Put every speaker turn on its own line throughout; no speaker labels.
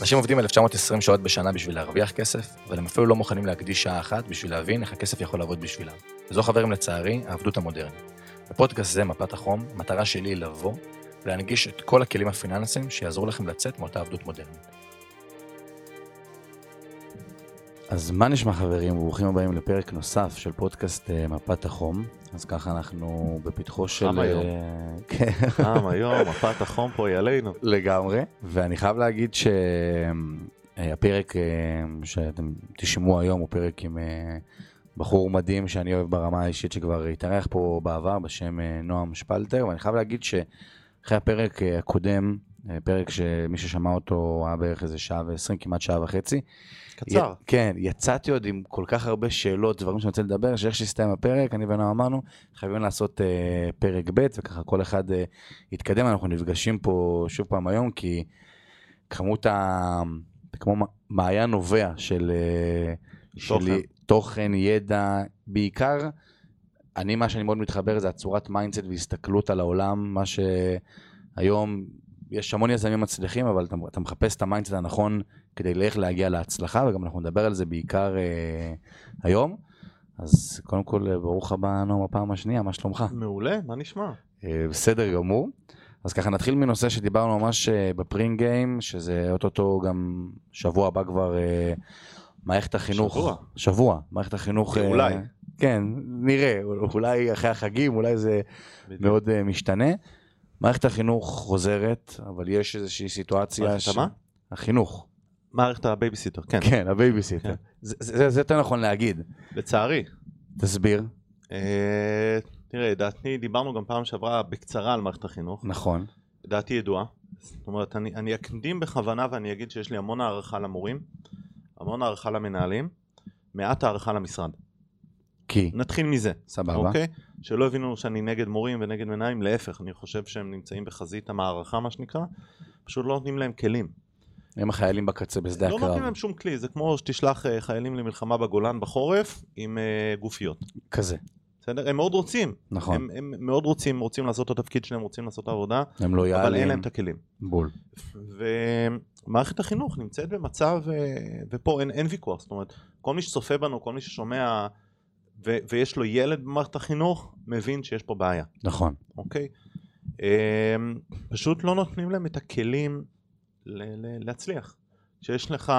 אנשים עובדים 1920 שעות בשנה בשביל להרוויח כסף, אבל הם אפילו לא מוכנים להקדיש שעה אחת בשביל להבין איך הכסף יכול לעבוד בשבילם. וזו, חברים, לצערי, העבדות המודרנית. בפודקאסט זה, מפת החום, המטרה שלי היא לבוא ולהנגיש את כל הכלים הפיננסיים שיעזרו לכם לצאת מאותה עבדות מודרנית.
אז מה נשמע חברים? ברוכים הבאים לפרק נוסף של פודקאסט אה, מפת החום. אז ככה אנחנו בפתחו של...
חם היום.
אה, כן,
פעם היום, מפת החום פה היא עלינו.
לגמרי. ואני חייב להגיד שהפרק אה, שאתם תשמעו היום הוא פרק עם אה, בחור מדהים שאני אוהב ברמה האישית שכבר התארח פה בעבר בשם אה, נועם שפלטר, ואני חייב להגיד שאחרי הפרק אה, הקודם, אה, פרק שמי ששמע אותו היה בערך איזה שעה ועשרים, כמעט שעה וחצי,
קצר.
י- כן, יצאתי עוד עם כל כך הרבה שאלות, דברים שאני רוצה לדבר, שאיך שהסתיים הפרק, אני ונועם אמרנו, חייבים לעשות אה, פרק ב', וככה כל אחד אה, יתקדם, אנחנו נפגשים פה שוב פעם היום, כי כמות ה... זה כמו מ- מעיין נובע של, אה,
תוכן.
של תוכן, ידע, בעיקר, אני, מה שאני מאוד מתחבר זה הצורת מיינדסט והסתכלות על העולם, מה שהיום, יש המון יזמים מצליחים, אבל אתה, אתה מחפש את המיינדסט הנכון כדי לאיך להגיע להצלחה, וגם אנחנו נדבר על זה בעיקר אה, היום. אז קודם כל, אה, ברוך הבא, נועם, הפעם השנייה, מה שלומך?
מעולה, מה נשמע?
אה, בסדר גמור. אז ככה נתחיל מנושא שדיברנו ממש אה, בפרינג גיים, שזה אוטוטו גם שבוע הבא כבר אה, מערכת החינוך.
שבוע. אוקיי,
שבוע, מערכת החינוך. אה,
אולי.
כן, נראה, אולי אחרי החגים, אולי זה מאוד אה, משתנה. מערכת החינוך חוזרת, אבל יש איזושהי סיטואציה...
מערכת המה?
החינוך,
מערכת הבייביסיטר, כן,
כן, הבייביסיטר.
כן.
זה- זה זה יותר נכון להגיד.
לצערי.
תסביר.
אה, תראה, דעתי, דיברנו גם פעם שעברה בקצרה על מערכת החינוך.
נכון.
דעתי ידועה. זאת אומרת, אני, אני אקדים בכוונה ואני אגיד שיש לי המון הערכה למורים, המון הערכה למנהלים, מעט הערכה למשרד.
כי.
נתחיל מזה.
סבבה.
אוקיי? שלא הבינו שאני נגד מורים ונגד מנהלים, להפך, אני חושב שהם נמצאים בחזית המערכה, מה שנקרא, פשוט לא נותנים להם כלים.
הם החיילים בקצה בשדה
לא נותנים
הקרב.
להם שום כלי, זה כמו שתשלח אה, חיילים למלחמה בגולן בחורף עם אה, גופיות.
כזה.
בסדר? הם מאוד רוצים,
נכון.
הם, הם מאוד רוצים, רוצים לעשות את התפקיד שלהם, רוצים לעשות את העבודה,
הם לא
אבל אין
יעלים.
להם את הכלים.
בול.
ומערכת החינוך נמצאת במצב, אה, ופה אין, אין ויכוח, זאת אומרת, כל מי שצופה בנו, כל מי ששומע ו, ויש לו ילד במערכת החינוך, מבין שיש פה בעיה.
נכון.
אוקיי? אמ, פשוט לא נותנים להם את הכלים ל- ל- להצליח. כשיש לך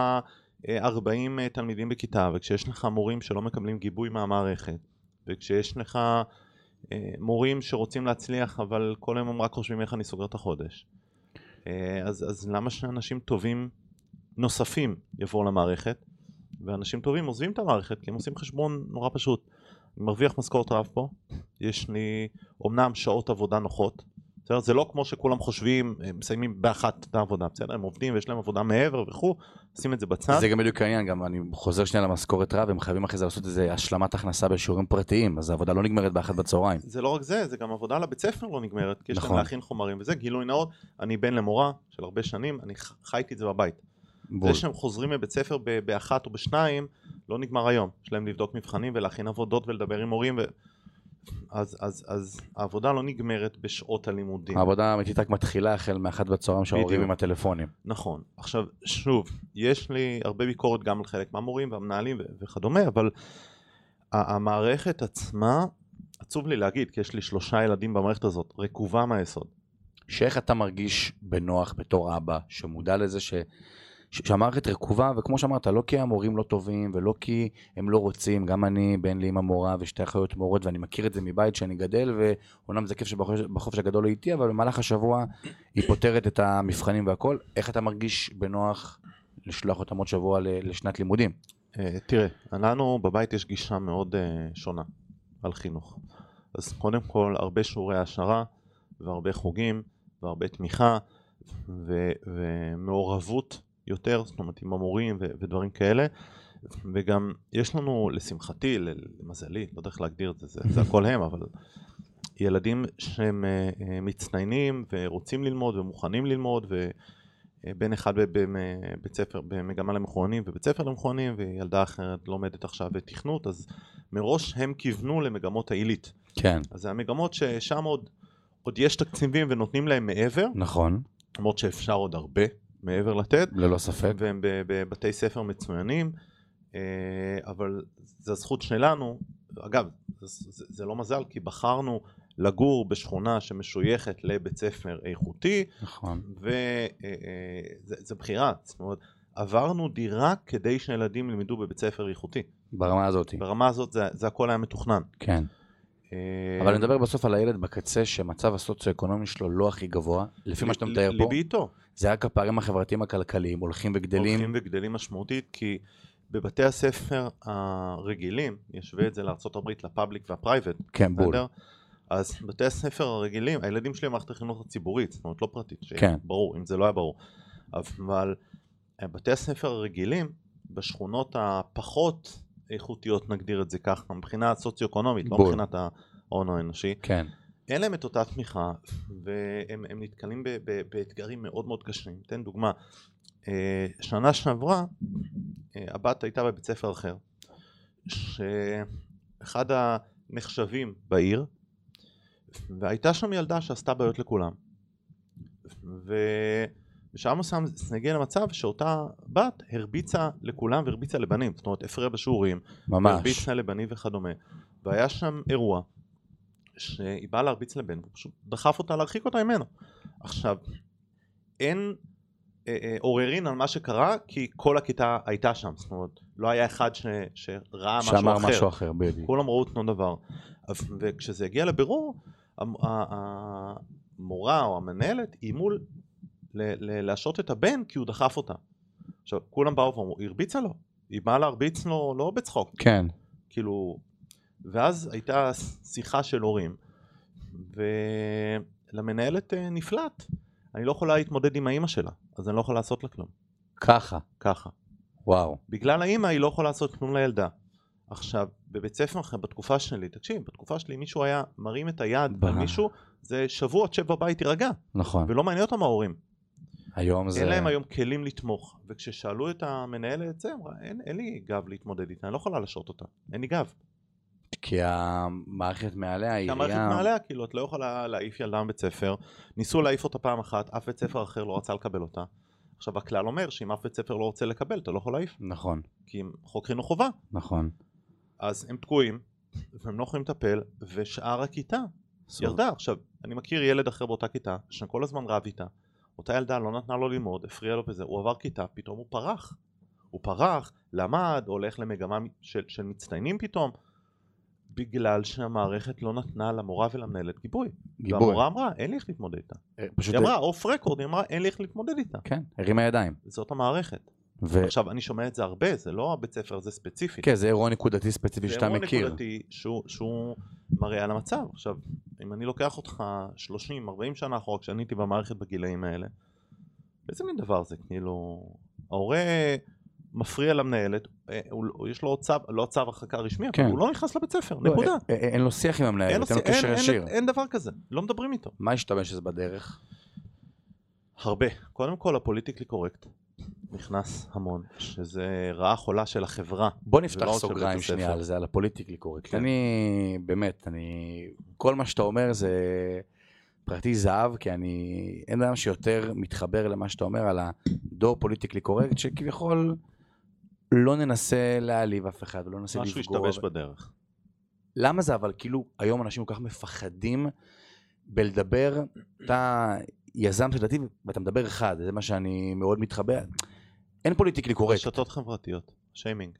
אה, 40 אה, תלמידים בכיתה, וכשיש לך מורים שלא מקבלים גיבוי מהמערכת, וכשיש לך אה, מורים שרוצים להצליח, אבל כל היום הם רק חושבים איך אני סוגר את החודש. אה, אז, אז למה שאנשים טובים נוספים יבואו למערכת, ואנשים טובים עוזבים את המערכת, כי הם עושים חשבון נורא פשוט. אני מרוויח משכורת רב פה, יש לי אומנם שעות עבודה נוחות, בסדר? זה לא כמו שכולם חושבים, הם מסיימים באחת את העבודה, בסדר? הם עובדים ויש להם עבודה מעבר וכו', שים את זה בצד.
זה גם בדיוק העניין, גם אני חוזר שנייה למשכורת רב, הם חייבים אחרי זה לעשות איזה השלמת הכנסה בשיעורים פרטיים, אז העבודה לא נגמרת באחת בצהריים.
זה לא רק זה, זה גם עבודה לבית ספר לא נגמרת, כי יש
נכון.
להם להכין חומרים וזה, גילוי נאות, אני בן למורה של הרבה שנים, אני ח- חייתי את זה בבית.
בול.
זה שהם חוזרים מבית ספר ב- באחת או בשניים, לא נגמר היום. יש להם לבדוק מבחנים ולהכין עבודות ולדבר עם הורים, ו... אז, אז, אז העבודה לא נגמרת בשעות הלימודים.
העבודה האמיתית רק מתחילה החל מאחת בצהריים שההורים
בדיוק.
עם הטלפונים.
נכון. עכשיו, שוב, יש לי הרבה ביקורת גם על חלק מהמורים והמנהלים ו- וכדומה, אבל ה- המערכת עצמה, עצוב לי להגיד, כי יש לי שלושה ילדים במערכת הזאת, רקובה מהיסוד.
שאיך אתה מרגיש בנוח בתור אבא, שמודע לזה ש... ש- שהמערכת רקובה, וכמו שאמרת, לא כי המורים לא טובים, ולא כי הם לא רוצים, גם אני, בן לי אמא מורה, ושתי אחיות מורות, ואני מכיר את זה מבית שאני גדל, ואומנם זה כיף שבחופש בחופש הגדול היא איתי, אבל במהלך השבוע היא פותרת את המבחנים והכל. איך אתה מרגיש בנוח לשלוח אותם עוד שבוע ל- לשנת לימודים?
אה, תראה, לנו בבית יש גישה מאוד אה, שונה על חינוך. אז קודם כל, הרבה שיעורי העשרה, והרבה חוגים, והרבה תמיכה, ו- ומעורבות יותר, זאת אומרת עם המורים ו- ודברים כאלה. וגם יש לנו, לשמחתי, ל- למזלי, לא יודע איך להגדיר את זה, זה, זה הכל הם, אבל ילדים שהם אה, אה, מצטיינים ורוצים ללמוד ומוכנים ללמוד, ו... אה, בן אחד בב- בבית ספר, במגמה למכוענים ובית ספר למכוענים, וילדה אחרת לומדת עכשיו תכנות, אז מראש הם כיוונו למגמות העילית.
כן.
אז זה המגמות ששם עוד, עוד יש תקציבים ונותנים להם מעבר,
נכון.
למרות שאפשר עוד הרבה, מעבר לטד,
ללא ספק.
והם ב- בבתי ספר מצוינים, אה, אבל זו הזכות שלנו, אגב, זה, זה- זה לא מזל, כי בחרנו לגור בשכונה שמשויכת לבית ספר איכותי,
נכון.
אה, וזו בחירה, זאת אומרת, עברנו דירה כדי שילדים ילמדו בבית ספר איכותי.
ברמה הזאת,
ברמה הזאת זה, זה הכל היה מתוכנן.
כן.
אה,
אבל אני מדבר בסוף על הילד בקצה, שמצב הסוציו-אקונומי שלו לא הכי גבוה, לפי מה שאתה
ל-
מתאר פה,
ליבי איתו.
זה רק הפערים החברתיים הכלכליים הולכים וגדלים.
הולכים וגדלים משמעותית, כי בבתי הספר הרגילים, נשווה את זה לארה"ב, לפאבליק והפרייבט,
כן, בול.
בסדר? אז בתי הספר הרגילים, הילדים שלי במערכת החינוך הציבורית, זאת אומרת לא פרטית, שיהיה
כן.
ברור, אם זה לא היה ברור. אבל אה, בתי הספר הרגילים, בשכונות הפחות איכותיות, נגדיר את זה ככה, מבחינה סוציו-אקונומית, לא
בול.
מבחינת ההון האנושי,
כן,
אין להם את אותה תמיכה, והם הם נתקלים ב, ב, באתגרים מאוד מאוד קשים. אתן דוגמה, אה, שנה שעברה אה, הבת הייתה בבית ספר אחר, שאחד הנחשבים בעיר, והייתה שם ילדה שעשתה בעיות לכולם. ו- בשעה מסוים זה הגיע למצב שאותה בת הרביצה לכולם והרביצה לבנים, זאת אומרת הפריעה בשיעורים,
ממש.
הרביצה לבנים וכדומה. והיה שם אירוע שהיא באה להרביץ לבן, הוא פשוט דחף אותה להרחיק אותה ממנו. עכשיו, אין אה, אה, עוררין על מה שקרה, כי כל הכיתה הייתה שם. זאת אומרת, לא היה אחד ש, שראה משהו אחר.
שאמר משהו אחר, בדיוק.
כולם ראו אותו דבר. אז- וכשזה הגיע לבירור, המ- ה- המורה או המנהלת איימו ל- ל- להשעות את הבן כי הוא דחף אותה. עכשיו, כולם באו ואמרו, היא הרביצה לו. היא באה להרביץ לו לא בצחוק.
כן,
כאילו, ואז הייתה שיחה של הורים, ולמנהלת אה, נפלט, אני לא יכולה להתמודד עם האימא שלה, אז אני לא יכול לעשות לה כלום,
ככה,
ככה.
וואו.
בגלל האימא היא לא יכולה לעשות כלום לילדה. עכשיו, בבית ספר אחר, בתקופה שלי, תקשיב, בתקופה שלי מישהו היה מרים את היד
ב-
על מישהו, זה שבוע תשב בבית תירגע,
נכון.
ולא מעניין אותם ההורים.
היום זה...
אין להם היום כלים לתמוך, וכששאלו את המנהלת, זה אמרה, אין, אין לי גב להתמודד איתה, אני לא יכולה לשעות אותה, אין לי גב.
כי המערכת מעליה,
כי
העירייה...
המערכת מעליה, כאילו, את לא יכולה להעיף ילדה מבית ספר. ניסו להעיף אותה פעם אחת, אף בית ספר אחר לא רצה לקבל אותה. עכשיו, הכלל אומר שאם אף בית ספר לא רוצה לקבל, אתה לא יכול להעיף,
נכון,
כי אם חוק חינוך חובה.
נכון.
אז הם תקועים, והם לא יכולים לטפל, ושאר הכיתה ירדה. עכשיו, אני מכיר ילד אחר באותה כיתה, שכל הזמן רב איתה. אותה ילדה לא נתנה לו ללמוד, הפריעה לו בזה, הוא עבר כיתה, פתאום הוא פרח. הוא פרח, למד, הולך למגמה של, של מצטיינים פתאום, בגלל שהמערכת לא נתנה למורה ולמנהלת גיבוי. גיבור.
גיבור.
והמורה אמרה, אין לי איך להתמודד איתה.
אה, פשוט
היא אמרה, אוף רקורד, היא אמרה, אין לי איך להתמודד איתה.
כן, הרימה ידיים.
זאת המערכת.
ו...
עכשיו, אני שומע את זה הרבה, זה לא הבית ספר הזה ספציפית.
כן, זה אירוע נקודתי ספציפי
זה
שאתה
אירוע
מכיר.
נקודתי שהוא, שהוא מראה על המצב. עכשיו, אם אני לוקח אותך 30-40 שנה אחורה, כשאני הייתי במערכת בגילאים האלה, איזה מין דבר זה? כאילו, ההורה מפריע למנהלת, אה, הוא, הוא- יש לו צו, לא צו הרחקה רשמי,
כן.
אבל הוא לא נכנס לבית ספר,
לא,
נקודה.
אה, אה, אין לו שיח עם המנהל, אין לו
אין,
קשר ישיר.
אין, אין דבר כזה, לא מדברים איתו.
מה השתמש אז בדרך?
הרבה. קודם כל הפוליטיקלי קורקט נכנס המון, שזה רעה חולה של החברה.
בוא נפתח
ולא רק של לא בית
סוגריים
הספר.
שנייה על זה, על הפוליטיקלי קורקט.
כן.
אני, באמת, אני... כל מה שאתה אומר זה פרטי זהב, כי אני... אין אדם שיותר מתחבר למה שאתה אומר על הדור פוליטיקלי קורקט, שכביכול לא ננסה להעליב אף אחד, ולא ננסה
משהו
לפגוע.
השתבש בדרך.
למה זה אבל כאילו היום אנשים כל כך מפחדים בלדבר, אתה יזם של דתי ואתה מדבר אחד, זה מה שאני מאוד מתחבר. אין פוליטיקלי קורקט,
רשתות חברתיות, שיימינג,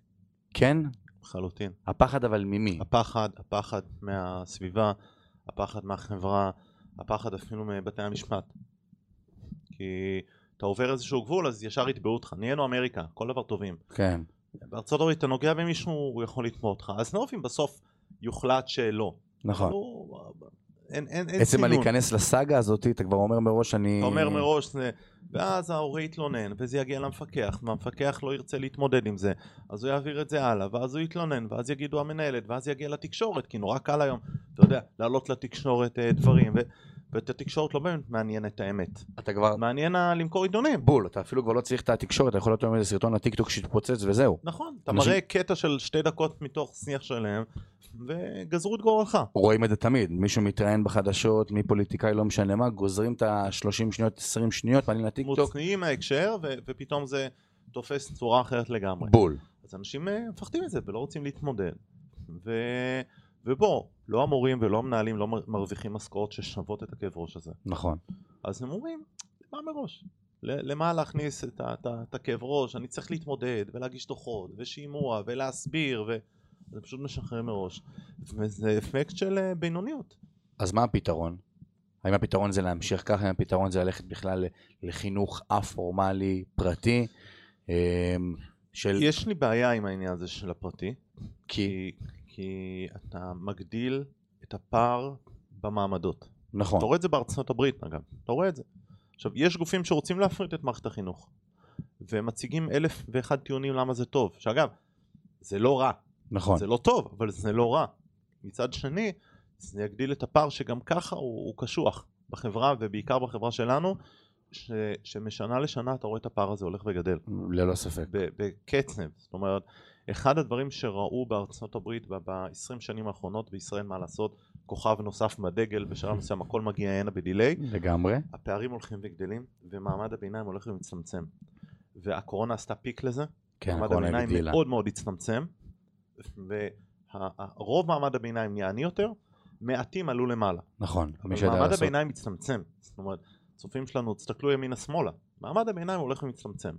כן?
לחלוטין.
הפחד אבל ממי?
הפחד, הפחד מהסביבה, הפחד מהחברה, הפחד אפילו מבתי המשפט. כי אתה עובר איזשהו גבול אז ישר יתבעו אותך, נהיינו אמריקה, כל דבר טובים.
כן,
בארצות הברית אתה נוגע במישהו, הוא יכול לתמוך אותך. אז נוב אם בסוף יוחלט שלא.
נכון.
לא, אין, אין, אין
עצם
סינון.
הלהיכנס לסאגה הזאת, אתה כבר אומר מראש אני...
אתה אומר מראש זה, ואז ההורה יתלונן, וזה יגיע למפקח, והמפקח לא ירצה להתמודד עם זה, אז הוא יעביר את זה הלאה, ואז הוא יתלונן, ואז יגידו המנהלת, ואז יגיע לתקשורת, כי נורא קל היום, אתה יודע, להעלות לתקשורת אה, דברים, ו- ואת התקשורת לא באמת מעניין את האמת.
אתה כבר
מעניין ה- למכור עיתונים.
בול, אתה אפילו כבר לא צריך את התקשורת, אתה יכול להיות עם איזה סרטון לטיקטוק שהתפוצץ וזהו.
נכון, אתה
אנשים-
מראה קטע של שתי דקות מתוך שיח שלהם, וגזרו את גורלך.
רואים את זה תמיד, מישהו מתראיין בחדשות, מפוליטיקאי לא משנה מה, גוזרים את ה-30 שניות, 20 שניות, מעלים לטיקטוק,
מוצניעים מההקשר, ו- ופתאום זה תופס צורה אחרת לגמרי.
בול.
אז אנשים אה, מפחדים מזה ולא רוצים להתמודד. ו... ובוא, לא המורים ולא המנהלים לא מר- מרוויחים משכורות ששוות את הכאב ראש הזה.
נכון.
אז הם אומרים, למה מראש? ל- למה להכניס את ה- את ה- את הכאב ראש? אני צריך להתמודד ולהגיש דוחות ושימוע ולהסביר ו... זה פשוט משחרר מראש. וזה אפקט של אה, בינוניות.
אז מה הפתרון? האם הפתרון זה להמשיך ככה, האם הפתרון זה ללכת בכלל לחינוך א-פורמלי, פרטי, אמ, של...
יש לי בעיה עם העניין הזה של הפרטי,
כי...
כי, כי אתה מגדיל את הפער במעמדות. אתה
נכון.
רואה את זה בארצות הברית אגב, אתה רואה את זה. עכשיו, יש גופים שרוצים להפריט את מערכת החינוך, והם מציגים אלף ואחד טיעונים למה זה טוב, שאגב, זה לא רע,
נכון.
זה לא טוב, אבל זה לא רע. מצד שני, זה יגדיל את הפער שגם ככה הוא, הוא קשוח בחברה, ובעיקר בחברה שלנו, ש, שמשנה לשנה אתה רואה את הפער הזה הולך וגדל.
ללא ספק.
ב- בקצב. זאת אומרת, אחד הדברים שראו בארצות הברית ב-20 שנים האחרונות, בישראל מה לעשות, כוכב נוסף בדגל, בשלב מסוים הכל מגיע הנה בדיליי,
לגמרי.
הפערים הולכים וגדלים, ומעמד הביניים הולך ומצטמצם. והקורונה עשתה פיק לזה,
כן,
מעמד
הקורונה
הביניים
הגדילה.
מאוד מאוד הצטמצם, ורוב מעמד הביניים נהיה עני יותר, מעטים עלו למעלה.
נכון. מי
אבל
שיודע
מעמד
לעשות...
הביניים מצטמצם. זאת אומרת, צופים שלנו, תסתכלו ימינה-שמאלה. מעמד הביניים הולך ומצטמצם.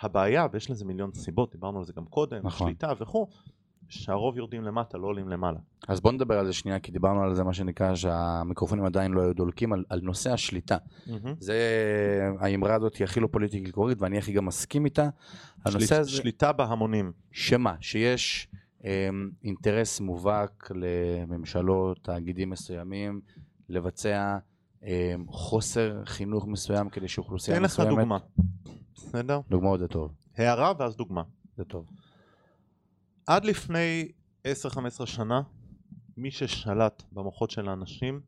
הבעיה, ויש לזה מיליון סיבות, דיברנו על זה גם קודם,
נכון.
נכון. שליטה וכו', שהרוב יורדים למטה, לא עולים למעלה.
אז בוא נדבר על זה שנייה, כי דיברנו על זה, מה שנקרא, שהמיקרופונים עדיין לא היו דולקים, על, על נושא השליטה. זה, האמרה הזאת היא הכי לא פוליטיקלי קורית, ואני הכי גם מסכים איתה. הנושא
שליט,
הזה,
שליטה בהמונים.
שמה, שיש אה, אינטרס מובהק לממשלות, תאגידים מסוימים, לבצע אה, חוסר חינוך מסוים כדי שאוכלוסייה
אתן לך
כן, מסוימת...
דוגמה, בסדר?
דוגמאות זה טוב,
הערה ואז דוגמה.
זה טוב.
עד לפני 10-15 שנה, מי ששלט במוחות של האנשים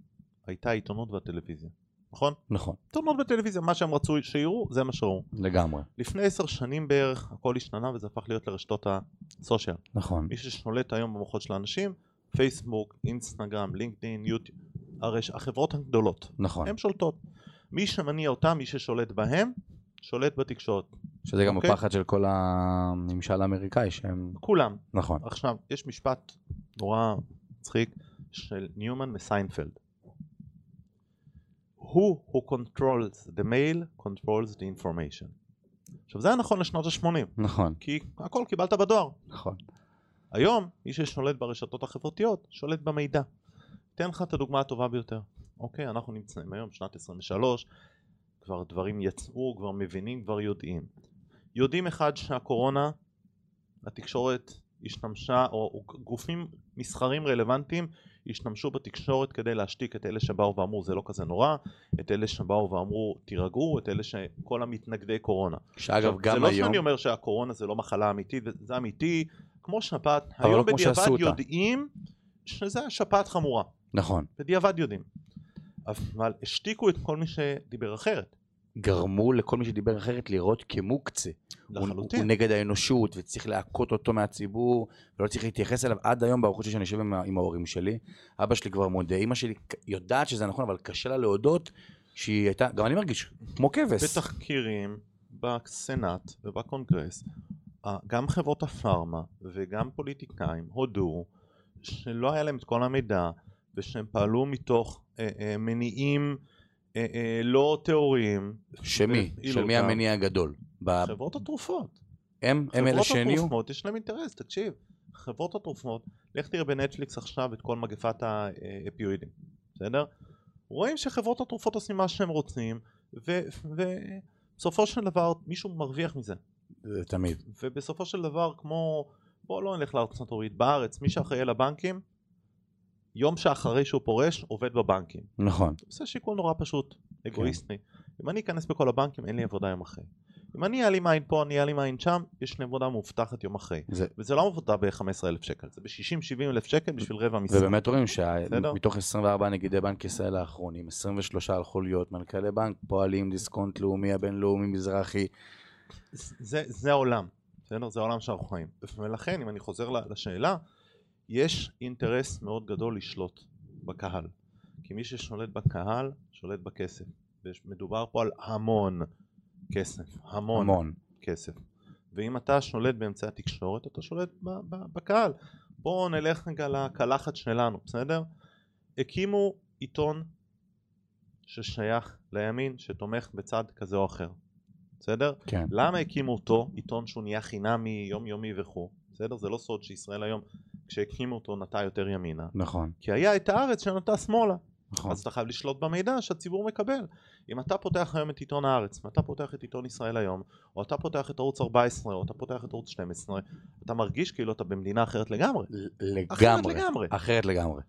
הייתה העיתונות והטלוויזיה, נכון?
נכון,
עיתונות וטלוויזיה, מה שהם רצו שיראו, זה מה שראו.
לגמרי,
לפני עשר שנים בערך הכל השתנה וזה הפך להיות לרשתות הסושיאל.
נכון.
מי ששולט היום במוחות של האנשים, פייסבוק, אינסטגרם, לינקדאין, יוטיוב, הרש... החברות הגדולות,
נכון,
הן שולטות. מי שמניע אותם, מי ששולט בהם, שולט בתקשורת.
שזה גם
אוקיי.
הפחד של כל הממשל האמריקאי שהם,
כולם.
נכון,
עכשיו, יש משפט נורא מצחיק של ניומן מסיינפלד. Who who controls the mail controls the information. עכשיו זה היה נכון לשנות ה-80,
נכון,
כי הכל קיבלת בדואר.
נכון,
היום, מי ששולט ברשתות החברתיות, שולט במידע. אתן לך את הדוגמה הטובה ביותר. אוקיי, אנחנו נמצאים היום, שנת 23, כבר דברים יצאו, כבר מבינים, כבר יודעים. יודעים אחד שהקורונה, התקשורת השתמשה, או, או גופים מסחרים רלוונטיים השתמשו בתקשורת כדי להשתיק את אלה שבאו ואמרו זה לא כזה נורא, את אלה שבאו ואמרו תירגעו, את אלה שכל המתנגדי קורונה.
שאגב
עכשיו,
גם
זה זה לא
היום,
שאני אומר שהקורונה זה לא מחלה אמיתית, זה אמיתי, כמו שפעת,
אבל לא
היום
כמו
בדיעבד
שעשו אותה.
יודעים שזה היה שפעת חמורה,
נכון,
בדיעבד יודעים. אבל השתיקו את כל מי שדיבר אחרת,
גרמו לכל מי שדיבר אחרת לראות כמוקצה, הוא, הוא
לחלוטין.
נגד האנושות וצריך להכות אותו מהציבור ולא צריך להתייחס אליו עד היום בארוחות שלי שאני יושב עם, ה- עם ההורים שלי אבא שלי כבר מודה אמא שלי ק- יודעת שזה נכון אבל קשה לה להודות שהיא הייתה גם אני מרגיש כמו כבש
בתחקירים בסנאט ובקונגרס, אה, גם חברות הפארמה וגם פוליטיקאים הודו שלא היה להם את כל המידע ושהם פעלו מתוך אה, אה, מניעים אה, אה, לא טהוריים.
שמי
והפעילו
של מי
אותם.
המניע הגדול ב-
חברות התרופות.
הם הם אלה שהניעו
חברות התרופות יש להם אינטרס, תקשיב. חברות התרופות, לך תראה בנטפליקס עכשיו את כל מגפת האפיואידים, בסדר? רואים שחברות התרופות עושים מה שהם רוצים, ובסופו של דבר מישהו מרוויח מזה.
זה תמיד
ובסופו של דבר כמו, בוא לא נלך לארצות הברית, בארץ, מי שאחראי לבנקים, יום שאחרי שהוא פורש עובד בבנקים.
נכון כן.
זה שיקול נורא פשוט, אגואיסטי. אם אני אכנס בכל הבנקים אין לי עבודה יום אחרי. אם אני אעלים עין פה, אני אעלים עין שם, יש לי עבודה מאובטחת יום אחרי.
זה-
וזה לא עבודה ב-15,000 שקל, זה ב-60-70 אלף שקל בשביל רבע משרה.
ובאמת רואים
בסדר.
שמתוך 24 נגידי בנק ישראל האחרונים, 23 הלכו להיות מנכ"לי בנק, פועלים, דיסקונט לאומי, הבינלאומי, מזרחי.
זה, זה העולם, בסדר? זה העולם שאנחנו חיים. ולכן, אם אני חוזר ל- לשאלה, יש אינטרס מאוד גדול לשלוט בקהל. כי מי ששולט בקהל, שולט בכסף. ומדובר פה על המון כסף. המון, המון
המון.
כסף. ואם אתה שולט באמצעי התקשורת, אתה שולט ב- ב- בקהל. בואו נלך רגע לקלחת שלנו, בסדר? הקימו עיתון ששייך לימין, שתומך בצד כזה או אחר. בסדר?
כן.
למה הקימו אותו, עיתון שהוא נהיה חינמי, יומיומי וכו', בסדר? זה לא סוד שישראל היום, כשהקימו אותו, נטה יותר ימינה.
נכון.
כי היה את הארץ שנטה שמאלה.
נכון.
אז אתה חייב לשלוט במידע שהציבור מקבל. אם אתה פותח היום את עיתון הארץ, ואתה פותח את עיתון ישראל היום, או אתה פותח את ערוץ 14, או אתה פותח את ערוץ 12, אתה מרגיש כאילו אתה במדינה אחרת לגמרי. אחרת
לגמרי.
לגמרי.
אחרת לגמרי.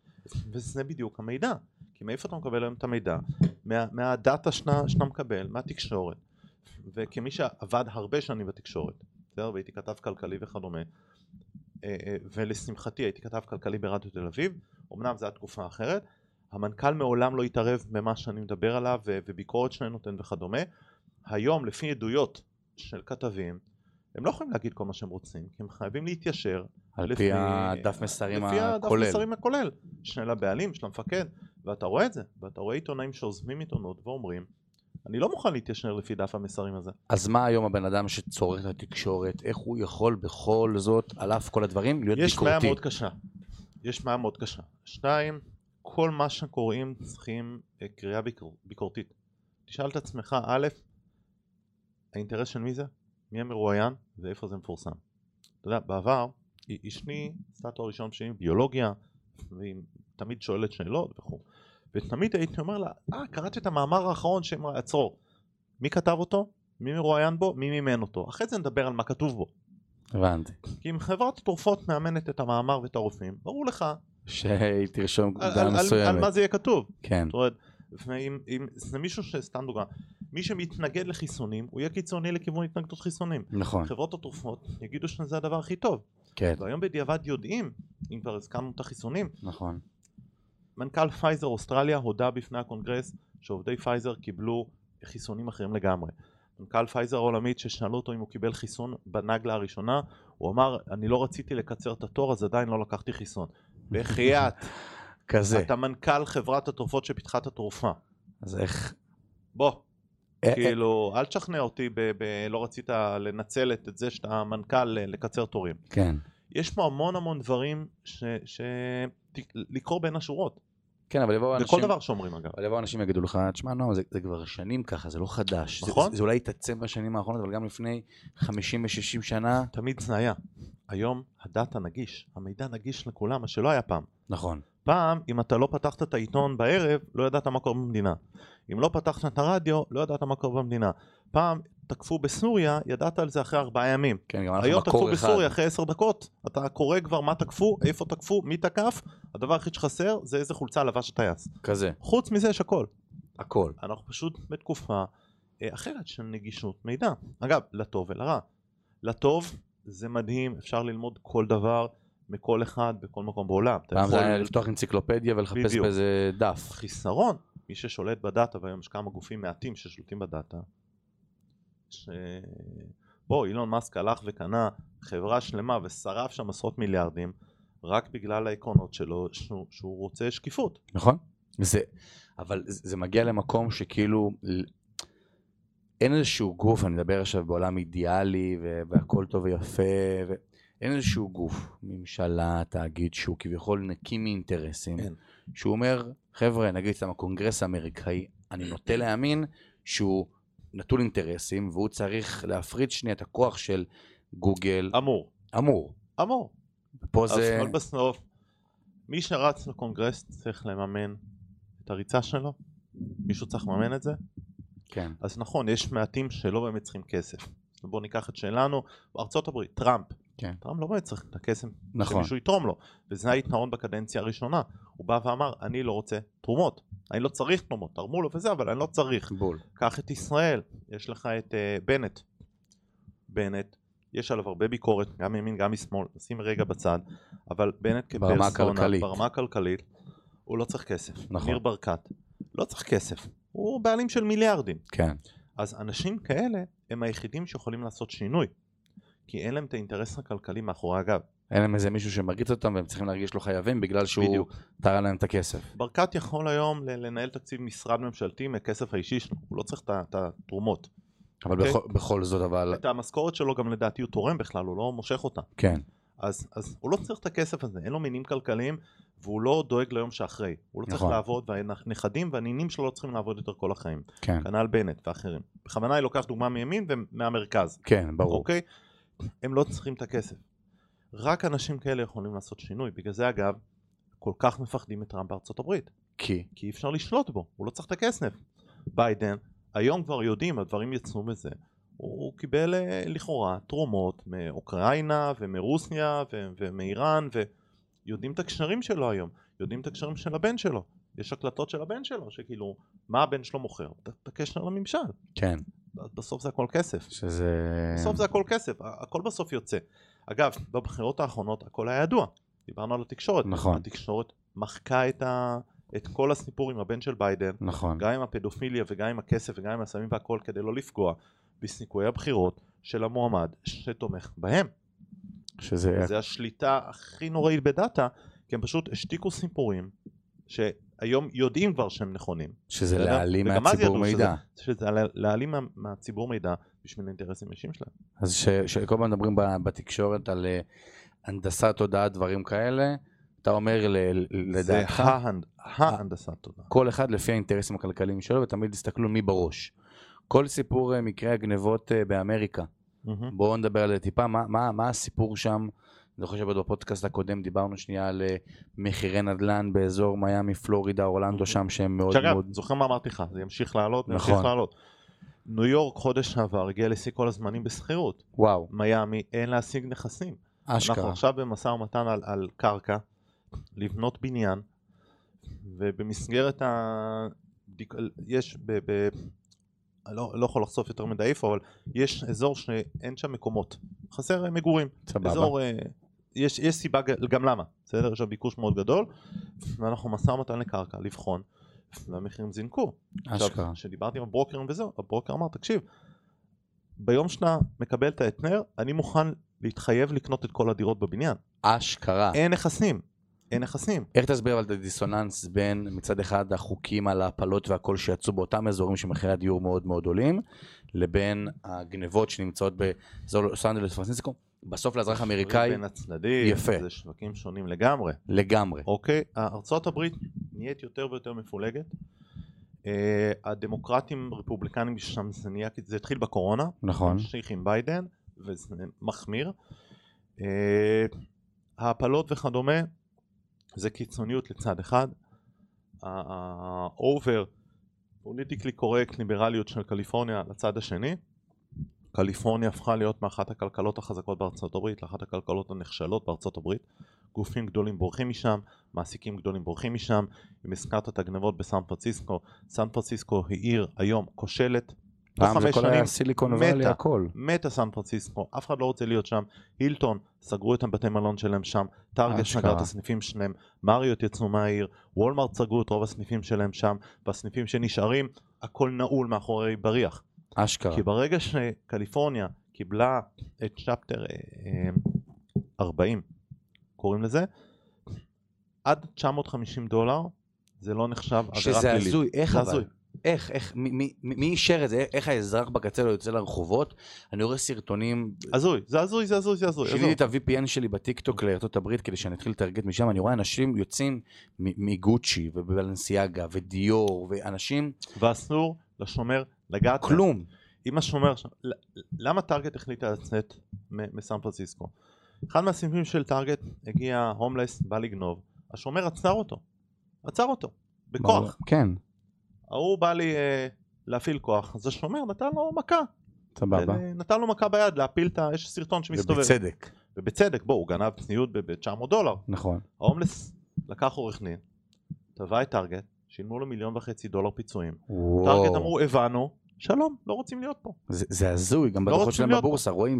וזה בדיוק המידע. כי מאיפה אתה מקבל היום את המידע? מה, מהדאטה שאתה, שאתה מקבל, מהתקשורת. וכמי שעבד הרבה שנים בתקשורת, בסדר? והייתי כתב כלכלי וכדומה, אה, אה, ולשמחתי הייתי כתב כלכלי ברדיו תל אביב, אמנם זו הייתה תקופה אחרת, המנכ"ל מעולם לא התערב במה שאני מדבר עליו ו- וביקורת שאני נותן וכדומה. היום לפי עדויות של כתבים, הם לא יכולים להגיד כל מה שהם רוצים, כי הם חייבים להתיישר
על
לפי-
פי הדף מסרים
לפי הדף
הכולל.
מסרים הכולל, של הבעלים, של המפקד, ואתה רואה את זה, ואתה רואה עיתונאים שעוזבים עיתונות ואומרים, אני לא מוכן להתיישר לפי דף המסרים הזה.
אז מה היום הבן אדם שצורך את התקשורת, איך הוא יכול בכל זאת, על אף כל הדברים, להיות
יש בעיה
ביקורתי?
מאוד קשה. יש בעיה מאוד קשה. שתיים, כל מה שקוראים צריכים אה, קריאה ביקור, ביקורתית. תשאל את עצמך, א', האינטרס של מי זה? מי המרואיין ואיפה זה מפורסם. אתה יודע, בעבר, א- אשתי עשתה תואר ראשון שלי ביולוגיה, והיא תמיד שואלת שאלות וכו'. ותמיד הייתי אומר לה, אה, קראתי את המאמר האחרון שהם עצרו. מי כתב אותו? מי מרואיין בו? מי מימן אותו? אחרי זה נדבר על מה כתוב בו.
הבנתי.
כי אם חברת תרופות מאמנת את המאמר ואת הרופאים, ברור לך
שהיא תרשום
על, על,
דעה
על, על
מסוימת.
מה זה יהיה כתוב.
כן.
זאת אומרת, ואם, אם, זה מישהו שסתם דוגמה, מי שמתנגד לחיסונים, הוא יהיה קיצוני לכיוון התנגדות חיסונים.
נכון.
חברות התרופות יגידו שזה הדבר הכי טוב,
כן.
והיום בדיעבד יודעים, אם כבר הזכרנו את החיסונים,
נכון.
מנכ"ל פייזר אוסטרליה הודה בפני הקונגרס שעובדי פייזר קיבלו חיסונים אחרים לגמרי. מנכ"ל פייזר העולמית ששאלו אותו אם הוא קיבל חיסון בנגלה הראשונה, הוא אמר אני לא רציתי לקצר את התור אז עדיין לא לקחתי חיסון. בחייאת,
כזה.
אתה מנכ"ל חברת התרופות שפיתחה את התרופה.
אז איך...
בוא,
אה, אה,
כאילו אל תשכנע אותי ב- ב- לא רצית לנצל את זה שאתה מנכ"ל אה, לקצר תורים.
כן.
יש פה המון המון דברים ש... ש... ת- לקרוא בין השורות,
כן, אבל יבואו אנשים...
בכל דבר שאומרים אגב.
אבל יבואו אנשים יגידו לך, תשמע, נועם, זה, זה כבר שנים ככה, זה לא חדש. זה-
נכון.
זה, זה אולי התעצם בשנים האחרונות, אבל גם לפני 50 ו-60 שנה.
תמיד זה היה. היום הדאטה נגיש, המידע נגיש לכולם, מה שלא היה פעם.
נכון.
פעם, אם אתה לא פתחת את העיתון בערב, לא ידעת מה קורה במדינה. אם לא פתחת את הרדיו, לא ידעת מה קורה במדינה. פעם, תקפו בסוריה, ידעת על זה אחרי ארבעה ימים.
כן, גם אנחנו
היום תקפו
מקור אחד.
בסוריה אחרי עשר דקות, אתה קורא כבר מה תקפו, איפה תקפו, מי תקף, הדבר היחיד שחסר זה איזה חולצה לבש הטייס.
כזה,
חוץ מזה יש הכל.
הכל.
אנחנו פשוט בתקופה אה, אחרת של נגישות מידע. אגב, לטוב ולרע. לטוב זה מדהים, אפשר ללמוד כל דבר מכל אחד בכל מקום בעולם. אתה
פעם זה
יכול-
היה לפתוח אנציקלופדיה ולחפש
בדיוק.
באיזה דף.
חיסרון, מי ששולט בדאטה, והיום יש כמה גופים מעטים ששולטים בדאטה, ש... בוא, אילון מאסק הלך וקנה חברה שלמה ושרף שם עשרות מיליארדים רק בגלל העקרונות שלו שהוא, שהוא רוצה שקיפות.
נכון. זה, אבל זה זה מגיע למקום שכאילו ל- אין איזשהו גוף, אני מדבר עכשיו בעולם אידיאלי ו- והכל טוב ויפה, ו... אין איזשהו גוף, ממשלה, תאגיד, שהוא כביכול נקי מאינטרסים,
אין.
שהוא אומר, חבר'ה, נגיד סתם הקונגרס האמריקאי, אני נוטה להאמין שהוא נטול אינטרסים והוא צריך להפריד שנייה את הכוח של גוגל,
אמור,
אמור. אה,
אמור.
פה
זה...
זה...
אבל בסוף, מי שרץ לקונגרס צריך לממן את הריצה שלו, מישהו צריך לממן את זה,
כן,
אז נכון, יש מעטים שלא באמת צריכים כסף. אז בואו ניקח את שלנו, בארצות הברית, טראמפ.
כן.
טראמפ לא באמת צריך את הכסף
נכון.
שמישהו יתרום לו, וזה היתרון בקדנציה הראשונה. הוא בא ואמר, אני לא רוצה תרומות, אני לא צריך תרומות, תרמו לו וזה, אבל אני לא צריך.
בול.
קח את ישראל, יש לך את uh, בנט, בנט, יש עליו הרבה ביקורת, גם מימין, גם משמאל, נשים רגע בצד, אבל בנט
ברמה
כפרסונה,
הכלכלית.
ברמה הכלכלית, הוא לא צריך כסף.
נכון.
ניר ברקת, לא צריך כסף, הוא בעלים של מיליארדים.
כן,
אז אנשים כאלה הם היחידים שיכולים לעשות שינוי, כי אין להם את האינטרס הכלכלי מאחורי הגב.
אין להם איזה מישהו שמרגיץ אותם והם צריכים להרגיש לא חייבים בגלל שהוא
בדיוק.
טרה להם את הכסף.
ברקת יכול היום ל- לנהל תקציב משרד ממשלתי מהכסף האישי שלו, הוא לא צריך את ה- את התרומות.
אבל
אוקיי.
בכל- בכל זאת, אבל,
את המשכורת שלו גם לדעתי הוא תורם בכלל, הוא לא מושך אותה.
כן.
אז, אז הוא לא צריך את הכסף הזה, אין לו מינים כלכליים, והוא לא דואג ליום שאחרי. הוא לא צריך
נכון.
לעבוד, והנכדים והנינים שלו לא צריכים לעבוד יותר כל החיים.
כן,
כנ"ל בנט ואחרים. בכוונה היא לוקחת דוגמה מימין ומהמרכז.
כן, ברור.
אוקיי? הם לא צריכים את הכסף. רק אנשים כאלה יכולים לעשות שינוי. בגלל זה אגב, כל כך מפחדים מטראמפ בארצות הברית.
כי,
כי אי אפשר לשלוט בו, הוא לא צריך את הכסף. ביידן, היום כבר יודעים, הדברים יצאו מזה. הוא הוא קיבל אה, לכאורה תרומות מאוקראינה ומרוסיה ו- ומאיראן ויודעים את הקשרים שלו היום, יודעים את הקשרים של הבן שלו. יש הקלטות של הבן שלו, שכאילו, מה הבן שלו מוכר? את- את הקשר לממשל.
כן,
בסוף זה הכל כסף.
שזה...
בסוף זה הכל כסף, ה- הכל בסוף יוצא. אגב, בבחירות האחרונות הכל היה ידוע, דיברנו על התקשורת.
נכון.
התקשורת מחקה את, ה... את כל הסיפור עם הבן של ביידן,
נכון,
גם עם הפדופיליה וגם עם הכסף וגם עם הסמים והכל, כדי לא לפגוע בסיכויי הבחירות של המועמד שתומך בהם.
שזה...
זה השליטה הכי נוראית בדאטה, כי הם פשוט השתיקו סיפורים שהיום יודעים כבר שהם נכונים.
שזה
בסדר?
להעלים
וגם אז
מהציבור
ידעו שזה-
מידע.
שזה להעלים מה- מהציבור מידע בשביל האינטרסים האישיים שלהם.
אז ש- שכל פעם מדברים ב- בתקשורת על אה, הנדסת תודעה, דברים כאלה, אתה אומר ל- ל-
זה
לדעתך,
ההנד- ההנדסת תודעה.
כל אחד לפי האינטרסים הכלכליים שלו, ותמיד תסתכלו מי בראש. כל סיפור אה, מקרי הגנבות אה, באמריקה,
מהמם.
בואו נדבר על זה טיפה, מה, מה, מה הסיפור שם? אני חושב שעוד בפודקאסט הקודם דיברנו שנייה על אה, מחירי נדל"ן באזור מיאמי, פלורידה,
אוקיי.
אורלנדו שם, שהם מאוד
שאגב,
מאוד...
זוכר מה אמרתי לך, זה ימשיך לעלות, זה ימשיך
נכון.
לעלות. ניו יורק חודש שעבר הגיע לשיא כל הזמנים בשכירות,
וואו,
מיאמי אין להשיג נכסים. אנחנו
אשכרה.
עכשיו במשא ומתן על, על קרקע, לבנות בניין, ובמסגרת ה... בדיק- יש ב... ב... אני לא, לא יכול לחשוף יותר מדי איפה, אבל יש אזור שאין שם מקומות, חסר אה, מגורים.
סבבה.
אזור, אה, יש, יש סיבה ג- גם למה, בסדר? יש שם ביקוש מאוד גדול, ואנחנו משא ומתן לקרקע, לבחון, והמחירים זינקו.
אשכרה.
כשדיברתי עם הברוקרים וזהו, הברוקר אמר, תקשיב, ביום שאתה מקבל את ההתנר, אני מוכן להתחייב לקנות את כל הדירות בבניין.
אשכרה.
אין נכסים, אין נכסים.
איך תסביר אבל את הדיסוננס בין מצד אחד החוקים על ההפלות והכל שיצאו באותם אזורים שמחירי הדיור מאוד מאוד עולים, לבין הגנבות שנמצאות באזור לוס אנדלס ופרנסיסקו, בסוף לאזרח
אוקיי.
האמריקאי
בין הצדדים,
יפה.
זה שווקים שונים לגמרי.
לגמרי.
אוקיי, ארצות הברית נהיית יותר ויותר מפולגת. אה, הדמוקרטים, רפובליקנים שם, זה נהיה, זה התחיל בקורונה,
נכון.
ממשיך עם ביידן, וזה מחמיר. אה, ההפלות וכדומה, זה קיצוניות לצד אחד. האובר, פוליטיקלי קורקט, ליברליות של קליפורניה לצד השני. קליפורניה הפכה להיות מאחת הכלכלות החזקות בארצות הברית לאחת הכלכלות הנחשלות בארצות הברית. גופים גדולים בורחים משם, מעסיקים גדולים בורחים משם. אם הזכרת את הגנבות בסן פרנסיסקו, סן פרנסיסקו היא עיר היום כושלת. תוך
פעם זה
חמש
כל
שנים
היה סיליקון
מתה.
וואלי הכל.
מתה סן פרנסיסקו, אף אחד לא רוצה להיות שם, הילטון, סגרו את הבתי מלון שלהם שם, טארגט
אשכרה.
סגר את הסניפים שלהם, מריות יצאו מהעיר, וולמרט סגרו את רוב הסניפים שלהם שם, והסניפים שנשארים, הכל נעול מאחורי בריח.
אשכרה.
כי ברגע שקליפורניה קיבלה את צ'פטר 40, קוראים לזה, עד 950 דולר, זה לא נחשב עבירה פלילית.
שזה הזוי, איך
זה
אבל?
הזוי.
איך, איך, מי- מי מי אישר את זה? איך האזרח בקצה לא יוצא לרחובות? אני רואה סרטונים,
הזוי, זה הזוי, זה הזוי, זה הזוי.
שיניתי
עזוב.
את ה-VPN שלי בטיקטוק לארצות הברית כדי שאני אתחיל לטרגט משם, אני רואה אנשים יוצאים מ- מגוצ'י ובלנסיאגה ודיור ואנשים,
ואסור לשומר לגעת בהם.
כלום.
אם השומר שם, ל- למה טארגט החליטה לצאת מ- מסן פרנסיסקו? אחד מהסניפים של טארגט הגיע הומלס, בא לגנוב, השומר עצר אותו, עצר אותו, בכוח.
כן,
ההוא בא לי אה, להפעיל כוח, אז השומר נתן לו מכה,
סבבה.
אה, נתן לו מכה ביד להפיל את ה... יש סרטון שמסתובב,
ובצדק,
ובצדק, בוא, הוא גנב ציוד ב-900 דולר,
נכון.
ההומלס לקח עורך דין, תבע את טארגט, שילמו לו מיליון וחצי דולר פיצויים,
וואו.
טארגט אמרו הבנו שלום, לא רוצים להיות פה.
זה, זה הזוי, גם
לא
בדוחות
רוצים
שלהם
להיות
בבורסה רואים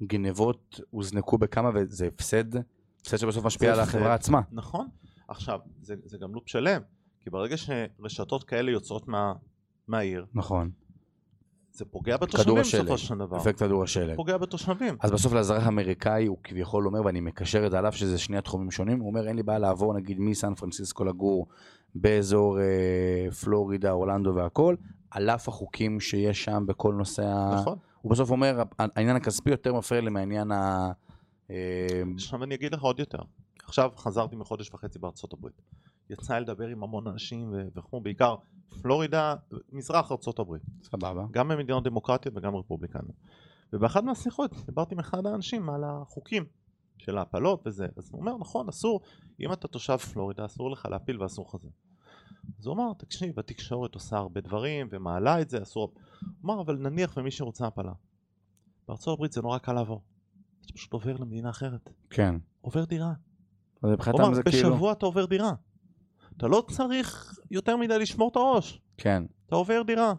שהגנבות הוזנקו בכמה וזה הפסד, הפסד שבסוף משפיע
זה
על
הפסד.
החברה עצמה.
נכון. עכשיו, זה, זה גם לופ שלם, כי ברגע שרשתות כאלה יוצאות מה, מהעיר,
נכון,
זה פוגע בתושבים
השלג.
בסופו של דבר.
אפקט כדור השלג.
פוגע בתושבים.
אז בסוף לאזרח האמריקאי הוא כביכול אומר, ואני מקשר את זה על אף שזה שני התחומים שונים, הוא אומר אין לי בעיה לעבור נגיד מסן פרנסיסקו לגור באזור אה, פלורידה, אורלנדו והכל, על אף החוקים שיש שם בכל נושא ה...
נכון.
הוא בסוף אומר, העניין הכספי יותר מפריע לי מהעניין ה... אה,
עכשיו אני אגיד לך עוד יותר. עכשיו חזרתי מחודש וחצי בארצות הברית. יצא לי לדבר עם המון אנשים, ו- וכמו בעיקר פלורידה, מזרח ארצות הברית.
סבבה.
גם במדינות דמוקרטיות וגם רפובליקניות. ובאחת מהשיחות דיברתי עם אחד האנשים על החוקים של ההפלות וזה, אז הוא אומר נכון אסור, אם אתה תושב פלורידה אסור לך להפיל ואסור לך זה. אז הוא אמר תקשיב התקשורת עושה הרבה דברים ומעלה את זה אסור, הוא אמר אבל נניח ומי שרוצה הפלה. בארצות הברית זה נורא קל לעבור, אתה פשוט עובר למדינה אחרת,
כן.
עובר דירה.
אז
הוא
מבחינתם
אמר
זה כאילו...
בשבוע אתה עובר דירה, אתה לא צריך יותר מדי לשמור את הראש.
כן.
אתה עובר דירה,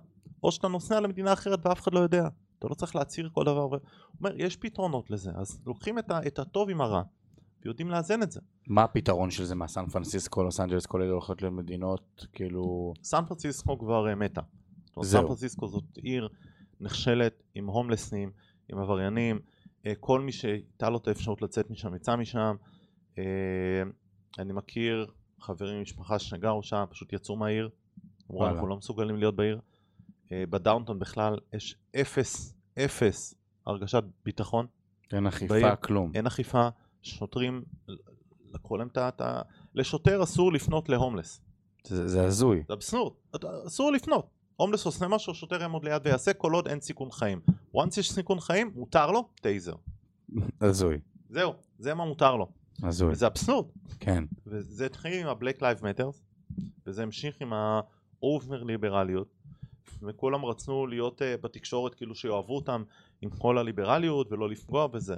או שאתה נוסע למדינה אחרת ואף אחד לא יודע. אתה לא צריך להצהיר כל דבר. הוא אומר, יש פתרונות לזה, אז לוקחים את, ה- את הטוב עם הרע, ויודעים לאזן את זה.
מה הפתרון של זה מהסן פרנסיסקו, לוס אנג'לס, כל אלה הולכות למדינות, כאילו...
סן פרנסיסקו כבר אה, מתה. זהו.
זהו.
סן פרנסיסקו זאת עיר נחשלת עם הומלסים, עם עבריינים, אה, כל מי שהייתה לו את האפשרות לצאת משם יצא משם. אה, אני מכיר חברים ממשפחה שגרו שם, פשוט יצאו מהעיר, אמרו
וואלה.
אנחנו לא מסוגלים להיות בעיר. אה, בדאונטון בכלל יש אפס, אפס הרגשת ביטחון,
אין אכיפה,
בעיר.
כלום.
אין אכיפה, שוטרים, לקחו להם את ה- את ה... לשוטר אסור לפנות להומלס.
זה זה הזוי.
זה אבסורד, אתה- אסור לפנות. הומלס עושה משהו, שוטר יעמוד ליד ויעשה כל עוד אין סיכון חיים. once יש סיכון חיים, מותר לו טייזר.
הזוי.
זהו, זה מה מותר לו.
הזוי.
וזה אבסורד.
כן.
וזה התחיל עם ה-Black Lives Matter, וזה המשיך עם האובר ליברליות, וכולם רצו להיות uh, בתקשורת כאילו שיאהבו אותם עם כל הליברליות ולא לפגוע בזה,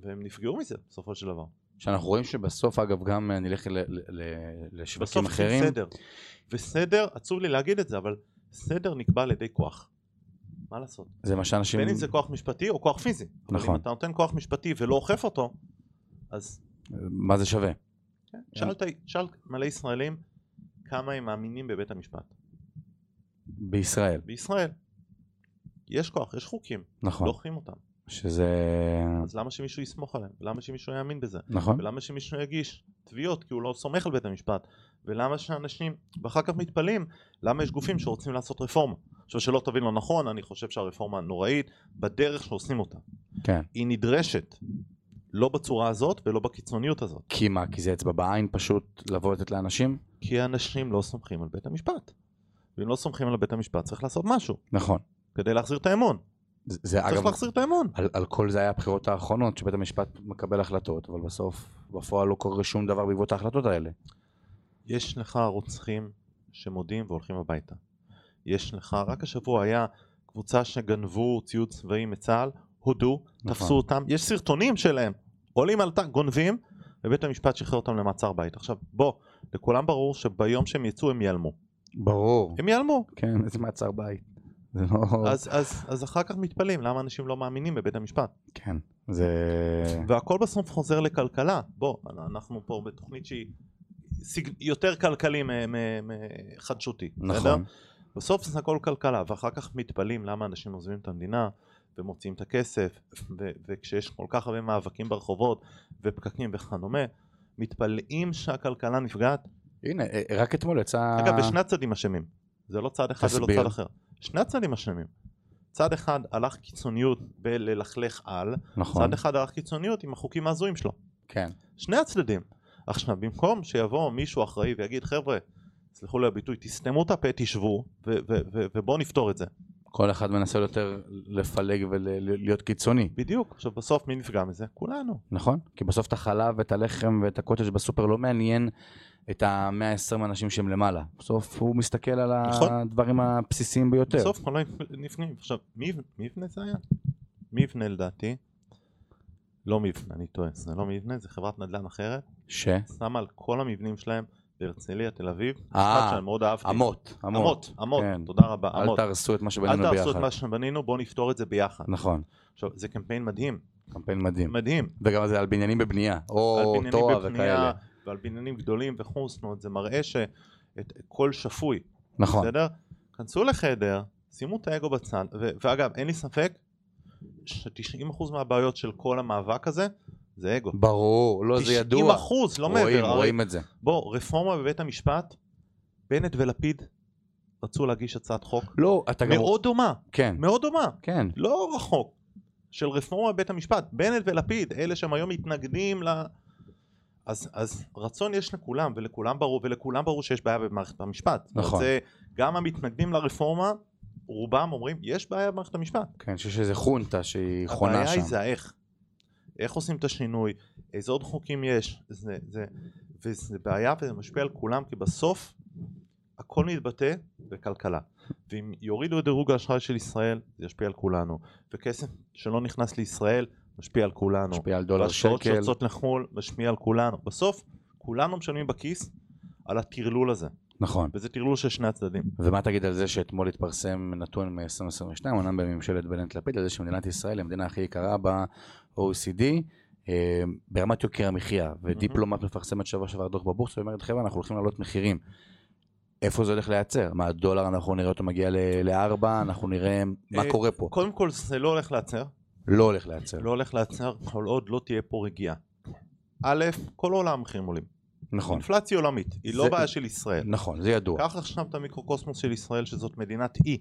והם נפגעו מזה בסופו של דבר.
שאנחנו רואים שבסוף, אגב, גם אה, נלך ל- ל- ל- לשווקים
בסוף זה
אחרים.
סדר. וסדר, עצוב לי להגיד את זה, אבל סדר נקבע על ידי כוח. מה לעשות?
זה מה שאנשים...
בין אם זה כוח משפטי או כוח פיזי. נכון. אבל
כן. נכון.
אם אתה נותן כוח משפטי ולא אוכף אותו, אז
מה זה שווה?
כן, שאלת, שאל מלא ישראלים כמה הם מאמינים בבית המשפט.
בישראל.
בישראל. יש כוח, יש חוקים, לא
נכון.
אוכפים אותם.
שזה...
אז למה שמישהו יסמוך עליהם? ולמה שמישהו יאמין בזה?
נכון.
ולמה שמישהו יגיש תביעות כי הוא לא סומך על בית המשפט? ולמה שאנשים, ואחר כך מתפלאים, למה יש גופים שרוצים לעשות רפורמה? עכשיו שלא תבין לא נכון, אני חושב שהרפורמה נוראית בדרך שעושים אותה.
כן.
היא נדרשת. לא בצורה הזאת ולא בקיצוניות הזאת.
כי מה? כי זה אצבע בעין פשוט לבוא לתת לאנשים?
כי האנשים לא סומכים על בית המשפט. ואם לא סומכים על בית המשפט צריך לעשות משהו
נכון.
כדי להחזיר את האמון.
זה- זה
צריך
אגב...
להחזיר את האמון.
על, על כל זה היה הבחירות האחרונות, שבית המשפט מקבל החלטות, אבל בסוף, בפועל לא קורה שום דבר בעקבות ההחלטות האלה.
יש לך רוצחים שמודים והולכים הביתה. יש לך, רק השבוע היה קבוצה שגנבו ציוד צבאי מצה"ל, הודו,
נכון.
תפסו אותם, יש סרטונים שלהם, עולים על טנק, גונבים, ובית המשפט שחרר אותם למעצר בית. עכשיו בוא, לכולם ברור שביום שהם יצאו הם ייעלמו.
ברור.
הם ייעלמו.
כן, זה מעצר בית. זה לא...
אז, אז, אז אחר כך מתפלאים למה אנשים לא מאמינים בבית המשפט.
כן, זה... כן.
והכל בסוף חוזר לכלכלה. בוא, אנחנו פה בתוכנית שהיא סג- יותר כלכלי מחדשותי.
נכון.
בסוף זה הכל כלכלה, ואחר כך מתפלאים למה אנשים עוזבים את המדינה ומוציאים את הכסף, ו- וכשיש כל כך הרבה מאבקים ברחובות ופקקים וכדומה, מתפלאים שהכלכלה נפגעת.
הנה, אה, רק אתמול יצא...
אגב, בשני הצדדים אשמים, זה לא צד אחד ולא
תסביר.
צד אחר. שני הצדדים אשמים. צד אחד הלך קיצוניות בללכלך על,
נכון,
צד אחד הלך קיצוניות עם החוקים ההזויים שלו.
כן.
שני הצדדים. עכשיו, במקום שיבוא מישהו אחראי ויגיד, חבר'ה, סלחו לי הביטוי, תסתמו את הפה, תשבו, ו- ו- ו- ובואו נפתור את זה.
כל אחד מנסה יותר לפלג ולהיות קיצוני,
בדיוק. עכשיו, בסוף מי נפגע מזה? כולנו.
נכון? כי בסוף את החלב ואת הלחם ואת הקוטג' בסופר לא מעניין את ה-120 אנשים שהם למעלה. בסוף הוא מסתכל על
נכון.
הדברים הבסיסיים ביותר.
בסוף כולנו נפגעים. עכשיו, מי מי יבנה זה היה? מי יבנה לדעתי? לא מבנה, אני טועה, זה לא מבנה, זה חברת נדל"ן אחרת,
ש...
שמה על כל המבנים שלהם בהרצליה, תל אביב.
אה,
משפט שאני מאוד אהבתי.
אמות, אמות.
אמות, אמות,
כן.
תודה רבה,
אל
אמות.
תהרסו את מה
אל
שבנינו
תעשו את
ביחד.
מה שבנינו, בואו נפתור את זה ביחד.
נכון,
עכשיו, זה קמפיין מדהים,
קמפיין מדהים.
מדהים.
וגם זה על בניינים בבנייה,
על
כן. או
בניינים
תואר
בבנייה,
וכאלה.
ועל בניינים גדולים וכו', זאת אומרת, זה מראה שהכל שפוי,
נכון,
בסדר? כנסו לחדר, שימו את האגו בצד, ו- ואגב, אין לי ספק ש-90% מהבעיות של כל המאבק הזה זה אגו.
ברור, לא זה ידוע.
90% לא
רואים,
מעבר. הרי
רואים את זה.
בוא, רפורמה בבית המשפט, בנט ולפיד רצו להגיש הצעת חוק
לא, אתה גם...
מאוד דומה,
כן,
מאוד דומה,
כן.
לא רחוק, של רפורמה בבית המשפט, בנט ולפיד, אלה שהם היום מתנגדים ל... אז, אז רצון יש לכולם, ולכולם ברור, ולכולם ברור שיש בעיה במערכת המשפט. זאת אומרת,
נכון.
זה, גם המתנגדים לרפורמה, רובם אומרים, יש בעיה במערכת המשפט.
כן, אני חושב שזה חונטה שהיא חונה
הבעיה
שם.
היא זה האיך. איך עושים את השינוי, איזה עוד חוקים יש, זה, זה, וזה בעיה וזה משפיע על כולם כי בסוף הכל מתבטא בכלכלה. ואם יורידו את דירוג האשראי של ישראל זה ישפיע על כולנו. וכסף שלא נכנס לישראל משפיע על כולנו.
משפיע על דולר
והשעות
שקל.
שיוצאות לחו"ל משפיע על כולנו. בסוף כולנו משלמים בכיס על הטרלול הזה.
נכון.
וזה טרלול של שני הצדדים.
ומה תגיד על זה שאתמול התפרסם נתון מ-2022, אומנם בממשלת בנט-לפיד, על זה שמדינת ישראל היא המדינה הכי יקרה ב-OECD אה, ברמת יוקר המחיה, ודיפלומט מפרסמת שבוע שעבר דוח בבורסה, ואומרת חבר'ה אנחנו הולכים להעלות מחירים. איפה זה הולך להיעצר? מה הדולר אנחנו נראה אותו מגיע ל- לארבע, אנחנו נראה מה
אה,
קורה פה.
קודם כל זה לא הולך להצר.
לא הולך להיעצר,
לא הולך להצר כל עוד לא תהיה פה רגיעה. א', כל העולם המחירים עולים.
נכון,
אינפלציה עולמית, היא לא
זה-
בעיה של ישראל.
נכון, זה ידוע.
קח עכשיו את המיקרוקוסמוס של ישראל שזאת מדינת אי.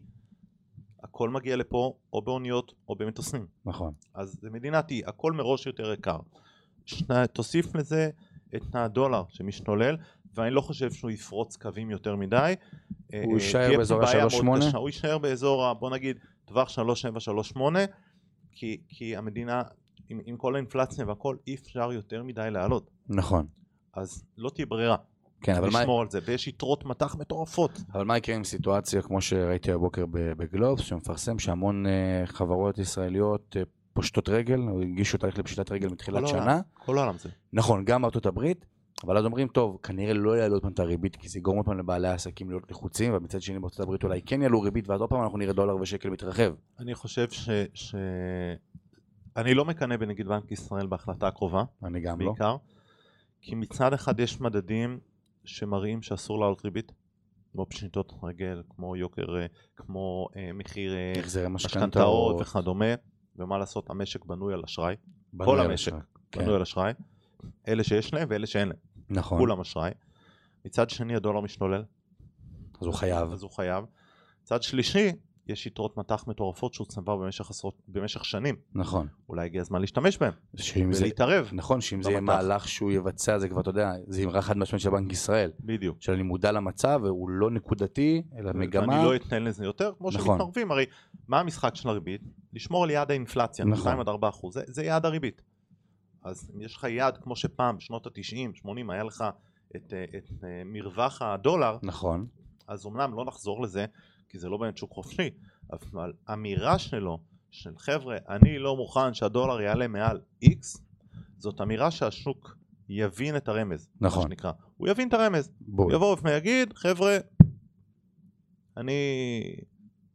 הכל מגיע לפה או באוניות או במטוסים.
נכון,
אז זה מדינת אי, הכל מראש יותר יקר. שני, תוסיף לזה את הדולר שמשתולל, ואני לא חושב שהוא יפרוץ קווים יותר מדי. אה, אה,
יישאר
תהיה פה
באזור
בעיה מאוד
ה-3.8?
קשה. הוא יישאר באזור, ה- בוא נגיד, טווח 3738, כי, כי המדינה, עם, עם כל האינפלציה והכל, אי אפשר יותר מדי לעלות.
נכון.
אז לא תהיה ברירה.
כן, אבל מה,
לשמור על זה, ויש יתרות מטח מטורפות.
אבל מה יקרה עם סיטואציה כמו שראיתי הבוקר ב- בגלובס, שמפרסם שהמון אה, חברות ישראליות אה, פושטות רגל, או הגישו תהליך לפשיטת רגל מתחילת
כל
שנה.
העולם. כל העולם זה.
נכון, גם ארצות הברית, אבל אז אומרים, טוב, כנראה לא יעלו עוד פעם את הריבית, כי זה יגרום עוד פעם לבעלי העסקים להיות לחוצים, ומצד שני בארצות הברית אולי כן יעלו ריבית, ואז עוד פעם אנחנו נראה דולר ושקל מתרחב.
אני חושב ש... ש... אני לא מקנא בנגיד בנק ישראל בהחלטה הקרובה,
אני גם לא.
בעיקר, כי מצד אחד יש מדדים שמראים שאסור לעלות ריבית, כמו פשיטות רגל, כמו יוקר, אה, כמו אה, מחיר אה,
החזרי
משכנתאות
משכנתאות,
וכדומה, ומה לעשות, המשק בנוי על אשראי,
בנו
כל
על
המשק.
אשראי. כן,
בנוי על אשראי, אלה שיש להם ואלה שאין להם,
נכון,
כולם אשראי. מצד שני הדולר משתולל,
אז הוא חייב.
אז הוא חייב. מצד שלישי, יש יתרות מטח מטורפות שהוא צבר במשך, עשרות, במשך שנים,
נכון.
אולי הגיע הזמן להשתמש בהן
שאם זה-
ולהתערב.
נכון, שאם זה יהיה
במטח.
מהלך שהוא יבצע, זה כבר, אתה יודע, זה אמרה חד משמעית של בנק ישראל.
בדיוק.
של אני מודע למצב והוא לא נקודתי אלא מגמה
ואני לא אתן לזה יותר, כמו
נכון.
שמתערבים, הרי מה המשחק של הריבית? לשמור על יעד האינפלציה,
נכון.
2 עד 4 אחוז, זה, זה יעד הריבית. אז אם יש לך יעד כמו שפעם, שנות ה-90, 80, היה לך את, אה, את, את מרווח הדולר,
נכון
אז אמנם לא נחזור לזה, כי זה לא באמת שוק חופשי, אבל אמירה שלו, של חבר'ה, אני לא מוכן שהדולר יעלה מעל X, זאת אמירה שהשוק יבין את הרמז, מה
נכון
שנקרא. הוא יבין את הרמז.
בול
יבוא ויגיד, חבר'ה, אני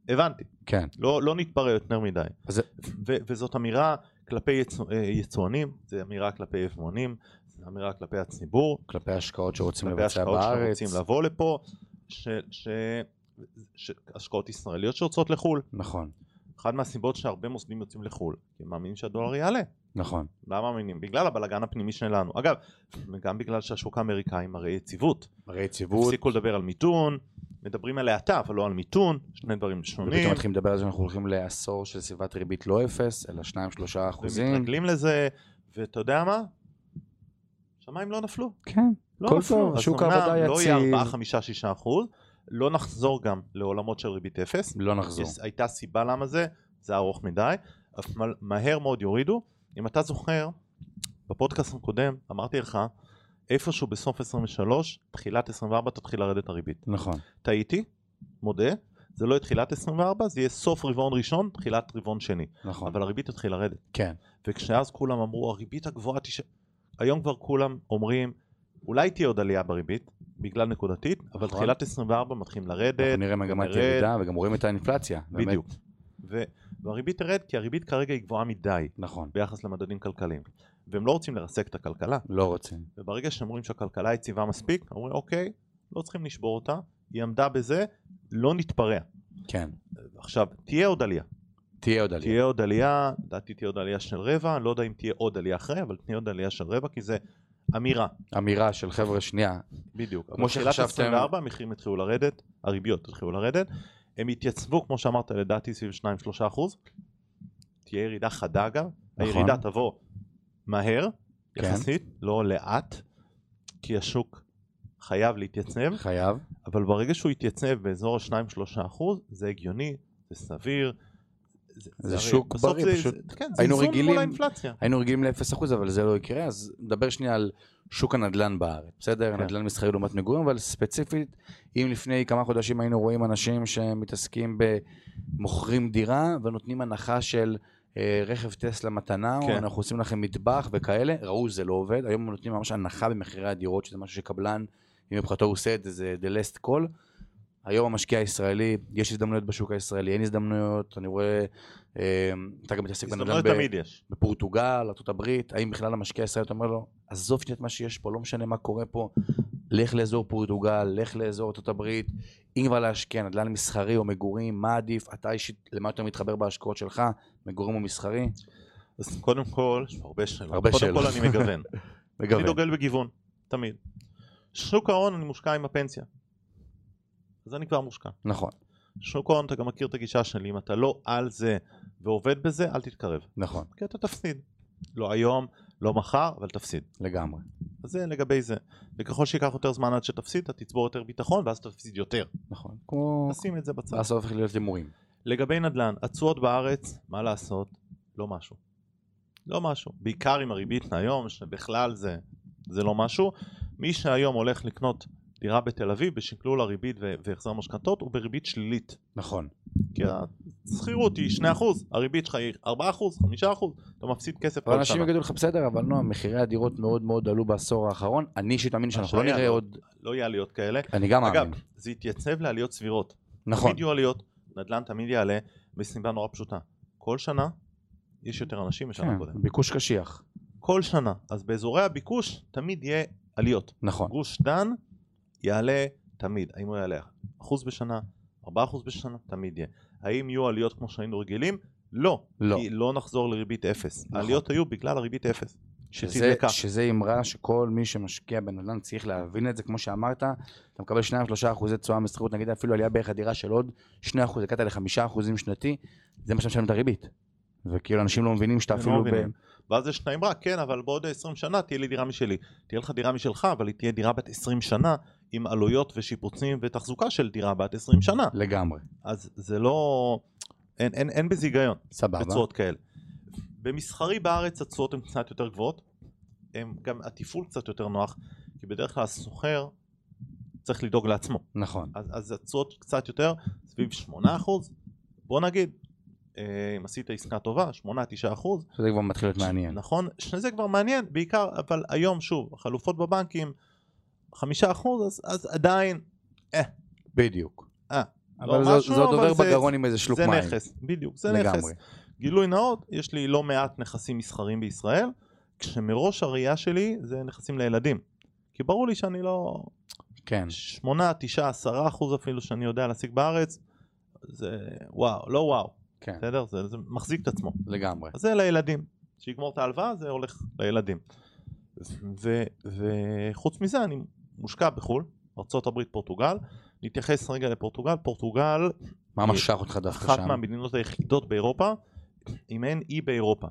הבנתי,
כן
לא, לא נתפרע יותר מדי.
אז-
ו- וזאת אמירה כלפי יצוא- אה, יצואנים, זו אמירה כלפי יבואנים, זו אמירה כלפי הציבור,
כלפי ההשקעות שרוצים
כלפי
לבצע
השקעות
בארץ
שרוצים לבוא לפה, ש- ש- ש- השקעות ישראליות שיוצאות לחו"ל.
נכון
אחת מהסיבות שהרבה מוסדים יוצאים לחו"ל, כי הם מאמינים שהדולר יעלה.
נכון
למה מאמינים? בגלל הבלגן הפנימי שלנו. אגב, וגם בגלל שהשוק האמריקאי מראה יציבות.
הרי יציבות
הפסיקו לדבר על מיתון, מדברים על האטה אבל לא על מיתון, שני דברים
ופתאום
שונים,
מתחילים לדבר על זה שאנחנו הולכים לעשור של סביבת ריבית לא אפס אלא שניים שלושה אחוזים
ומתרגלים לזה, ואתה יודע מה? שמיים לא נפלו,
כן
לא
הכל
נפלו,
טוב,
אז
שוק
אמנם
העבודה
לא יהיה
יציב.
4, 5, 6 אחוז, לא נחזור גם לעולמות של ריבית אפס,
לא נחזור
יש- הייתה סיבה למה זה, זה ארוך מדי, אבל מה- מהר מאוד יורידו, אם אתה זוכר, בפודקאסט הקודם אמרתי לך, איפשהו בסוף 23, תחילת 24 תתחיל לרדת הריבית.
נכון
טעיתי, מודה, זה לא יהיה תחילת 24, זה יהיה סוף רבעון ראשון, תחילת רבעון שני.
נכון
אבל הריבית תתחיל לרדת.
כן
וכשאז כולם אמרו, הריבית הגבוהה תישאר... היום כבר כולם אומרים, אולי תהיה עוד עלייה בריבית, בגלל נקודתית, אבל
נכון.
תחילת 24 מתחילים לרדת,
אנחנו נראה מגמת
נרד.
ירידה, וגם רואים את האינפלציה. באמת.
בדיוק. ו- והריבית תרד, כי הריבית כרגע היא גבוהה מדי
נכון,
ביחס למדדים כלכליים. והם לא רוצים לרסק את הכלכלה,
לא רוצים.
וברגע שהם רואים שהכלכלה יציבה מספיק, אומרים אוקיי, לא צריכים לשבור אותה, היא עמדה בזה, לא נתפרע.
כן.
עכשיו, תהיה עוד עלייה.
תהיה עוד עלייה.
תהיה עוד עלייה, לדעתי תהיה עוד עלייה של רבע, אני לא יודע אם תהיה עוד עלייה אחרי, אבל תהיה עוד עלייה של רבע, כי זה אמירה,
אמירה של חבר'ה, שנייה,
בדיוק. אבל
כמו
תחילת
שחשבתם-
24 המחירים התחילו לרדת, הריביות התחילו לרדת, הם התייצבו, כמו שאמרת, לדעתי סביב 2-3 אחוז, תהיה ירידה חדה גם, הירידה תבוא מהר,
נכון. כן.
יחסית, לא לאט, כי השוק חייב להתייצב,
חייב.
אבל ברגע שהוא יתייצב באזור ה-2-3 אחוז, זה הגיוני, זה סביר.
זה
הרי
שוק
בסוף
בריא,
זה-
פשוט
זה- כן, זה
היינו
איזון
רגילים-
מול האינפלציה.
היינו רגילים ל-0%, אבל זה לא יקרה, אז נדבר שנייה על שוק הנדל"ן בארץ, בסדר?
כן.
נדל"ן מסחרי לעומת מגורים, אבל ספציפית, אם לפני כמה חודשים היינו רואים אנשים שמתעסקים במוכרים דירה ונותנים הנחה של אה, רכב טסלה מתנה, או
כן.
אנחנו עושים לכם מטבח וכאלה, ראו שזה לא עובד, היום הם נותנים ממש הנחה במחירי הדירות, שזה משהו שקבלן, אם מבחינתו הוא עושה את זה, זה the last call. היום המשקיע הישראלי, יש הזדמנויות בשוק הישראלי, אין הזדמנויות, אני רואה, אה, אתה גם מתעסק בנדל"ן
הזדמנויות
ב-
תמיד יש.
בפורטוגל, ארה"ב, האם בכלל המשקיע הישראלי אתה אומר לו, עזוב שנייה את מה שיש פה, לא משנה מה קורה פה, לך לאזור פורטוגל, לך לאזור ארה"ב, אם כבר להשקיע כן, נדל"ן מסחרי או מגורים, מה עדיף, אתה אישית, למה יותר מתחבר בהשקעות שלך, מגורים או מסחרי?
אז קודם כל, יש פה הרבה שאלות.
הרבה
קודם כל
שאלות.
אני מגוון. אני
מגוון.
דוגל בגיוון, תמיד. שוק ההון אני מושקע עם הפנסיה. אז אני כבר מושקע.
נכון,
שוק ההון, אתה גם מכיר את הגישה שלי, אם אתה לא על זה ועובד בזה, אל תתקרב.
נכון,
כי אתה תפסיד. לא היום, לא מחר, אבל תפסיד.
לגמרי.
אז זה לגבי זה. וככל שייקח יותר זמן עד שתפסיד, אתה תצבור יותר ביטחון ואז תפסיד יותר.
נכון, כמו...
נשים את זה בצד.
אז הופך להיות הימורים.
לגבי נדל"ן, התשואות בארץ, מה לעשות? לא משהו. לא משהו. בעיקר עם הריבית היום, שבכלל זה, זה לא משהו. מי שהיום הולך לקנות דירה בתל אביב בשקלול הריבית ו- והחזר משכנתות, הוא בריבית שלילית.
נכון,
כי השכירות היא 2%, הריבית שלך היא 4%, 5%, אתה מפסיד כסף
אבל
כל
אנשים
שנה.
יגידו לך בסדר, אבל נועם, מחירי הדירות מאוד מאוד עלו בעשור האחרון, אני אישית מאמין שאנחנו לא
השעיה,
נראה
לא.
עוד,
לא יהיה עליות כאלה.
אני גם
אגב,
מאמין,
זה יתייצב לעליות סבירות.
נכון,
תמיד יהיו עליות, נדל"ן תמיד יעלה, מסיבה נורא פשוטה. כל שנה יש יותר אנשים משנה
כן,
קודם.
ביקוש קשיח,
כל שנה. אז באזורי הביקוש תמיד יהיה עליות.
נכון,
גוש דן יעלה תמיד, האם הוא יעלה אחוז בשנה, ארבעה אחוז בשנה, תמיד יהיה. האם יהיו עליות כמו שהיינו רגילים? לא,
לא.
כי לא נחזור לריבית אפס.
נכון.
העליות היו בגלל הריבית אפס.
שזה,
שתדלקה.
שזה אמרה שכל מי שמשקיע בנדל"ן צריך להבין את זה, כמו שאמרת, אתה מקבל 2-3 אחוזי תשואה משכירות, נגיד אפילו עלייה בערך הדירה של עוד 2 אחוז, הגעת ל-5 אחוזים שנתי, זה מה שאתה משלם את הריבית. וכאילו אנשים לא מבינים שאתה
הם לא
אפילו... ב...
מבינים. ואז יש את האמרה, כן, אבל בעוד 20 שנה תהיה לי דירה משלי. תהיה לך דירה משלך, אבל היא תהיה דירה בת 20 שנה, עם עלויות ושיפוצים ותחזוקה של דירה בת 20 שנה.
לגמרי,
אז זה לא... אין, אין, אין בזה היגיון.
סבבה.
בתשואות כאלה. במסחרי בארץ התשואות הן קצת יותר גבוהות, הם גם התפעול קצת יותר נוח, כי בדרך כלל הסוחר צריך לדאוג לעצמו,
נכון,
אז, אז התשואות קצת יותר, סביב 8%, בוא נגיד, אה, אם עשית עסקה טובה, 8-9%,
זה כבר מתחיל להיות מעניין.
נכון? שזה כבר מעניין, בעיקר, אבל היום שוב, החלופות בבנקים, 5%, אז, אז עדיין
בדיוק.
אה,
אבל
לא
זה-
משהו,
זה עוד
אבל
עובר
זה-
בגרון עם איזה שלוק
זה
מים.
נכס, בדיוק, זה נכס.
לגמרי.
גילוי נאות, יש לי לא מעט נכסים מסחרים בישראל, כשמראש הראייה שלי זה נכסים לילדים. כי ברור לי שאני לא...
כן,
8, 9, 10 אחוז אפילו שאני יודע להשיג בארץ, זה וואו, לא וואו,
כן,
בסדר? זה, זה מחזיק את עצמו.
לגמרי.
אז זה לילדים. שיגמור את ההלוואה זה הולך לילדים. ו- וחוץ מזה אני מושקע בחו"ל, ארה"ב, פורטוגל. נתייחס רגע לפורטוגל. פורטוגל
מה משך אותך דווקא
אחת
שם?
מהמדינות היחידות באירופה, אם אין אי באירופה.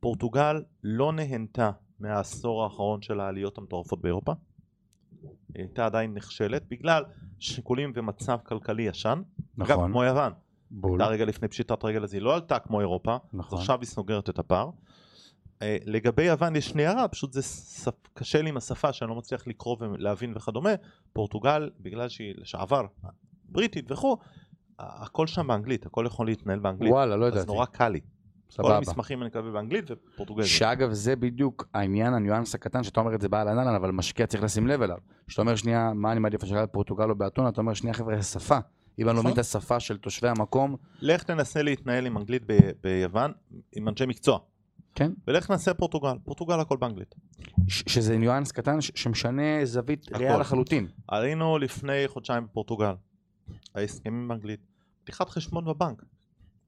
פורטוגל לא נהנתה מהעשור האחרון של העליות המטורפות באירופה. היא הייתה עדיין נכשלת בגלל שיקולים ומצב כלכלי ישן. אגב,
נכון,
כמו יוון,
בול,
הייתה רגע לפני פשיטת רגל אז היא לא עלתה כמו אירופה, אז
נכון,
עכשיו היא סוגרת את הפער. אה, לגבי יוון יש לי הערה, פשוט זה ס- קשה לי עם השפה שאני לא מצליח לקרוא ולהבין וכדומה. פורטוגל, בגלל שהיא לשעבר בריטית וכו', ה- הכל שם באנגלית, הכל יכול להתנהל באנגלית.
וואלה, לא
אז
ידעתי.
נורא קל לי. כל
סבבה.
המסמכים אני מקבל באנגלית ופורטוגזית.
שאגב, זה בדיוק העניין, הניואנס הקטן, שאתה אומר את זה בעל ענן, אבל משקיע צריך לשים לב אליו. שאתה אומר, שנייה, מה אני מעדיף לשחרר פורטוגל או באתונה, אתה אומר, שנייה, חבר'ה, השפה. אם
נכון.
אני לומד את השפה של תושבי המקום,
לך תנסה להתנהל עם אנגלית ב- ביוון, עם אנשי מקצוע,
כן,
ולך תנסה פורטוגל, פורטוגל הכל באנגלית.
ש- שזה ניואנס קטן ש- שמשנה זווית
הכל.
ריאה לחלוטין.
עלינו לפני חודשיים בפורטוגל, ההסכמים באנגלית, פתיחת חשבון בבנק,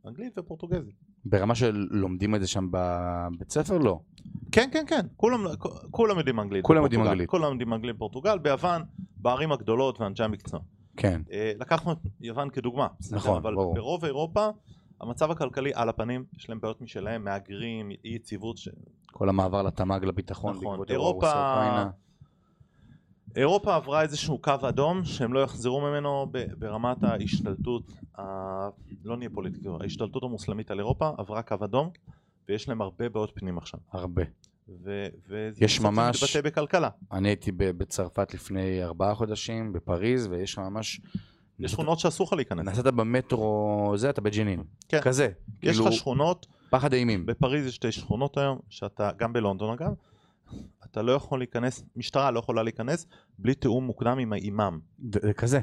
אנגלית ופורטוגזית.
ברמה של לומדים את זה שם בבית ספר? לא.
כן, כן, כן, כולם, כולם יודעים אנגלית.
כולם יודעים
בפורטוגל.
אנגלית.
כולם יודעים אנגלית בפורטוגל, ביוון, בערים הגדולות ואנשי המקצוע.
כן.
אה, לקחנו את יוון כדוגמה. בסדר,
נכון,
אבל
ברור.
ברוב אירופה, המצב הכלכלי על הפנים, יש להם בעיות משלהם, מהגרים, אי יציבות. ש...
כל המעבר לתמ"ג, לביטחון,
נכון.
בעקבות
אירופה-
אירופה, אוקראינה.
אירופה עברה איזשהו קו אדום שהם לא יחזרו ממנו ב- ברמת ההשתלטות, ה... לא נהיה פוליטיקה, ההשתלטות המוסלמית על אירופה עברה קו אדום ויש להם הרבה בעיות פנים עכשיו.
הרבה.
ו... וזה
יש
בסוף זה
ממש-
מתבטא בכלכלה.
אני הייתי ב- בצרפת לפני ארבעה חודשים, בפריז, ויש שם ממש...
יש שכונות שאסור לך להיכנס.
נסעת במטרו, זה, אתה בג'נין.
כן.
כזה.
יש
כאילו,
לך שכונות,
פחד אימים.
בפריז יש שתי שכונות היום, שאתה, גם בלונדון אגב, אתה לא יכול להיכנס, משטרה לא יכולה להיכנס בלי תיאום מוקדם עם האימאם.
ד- זה כזה.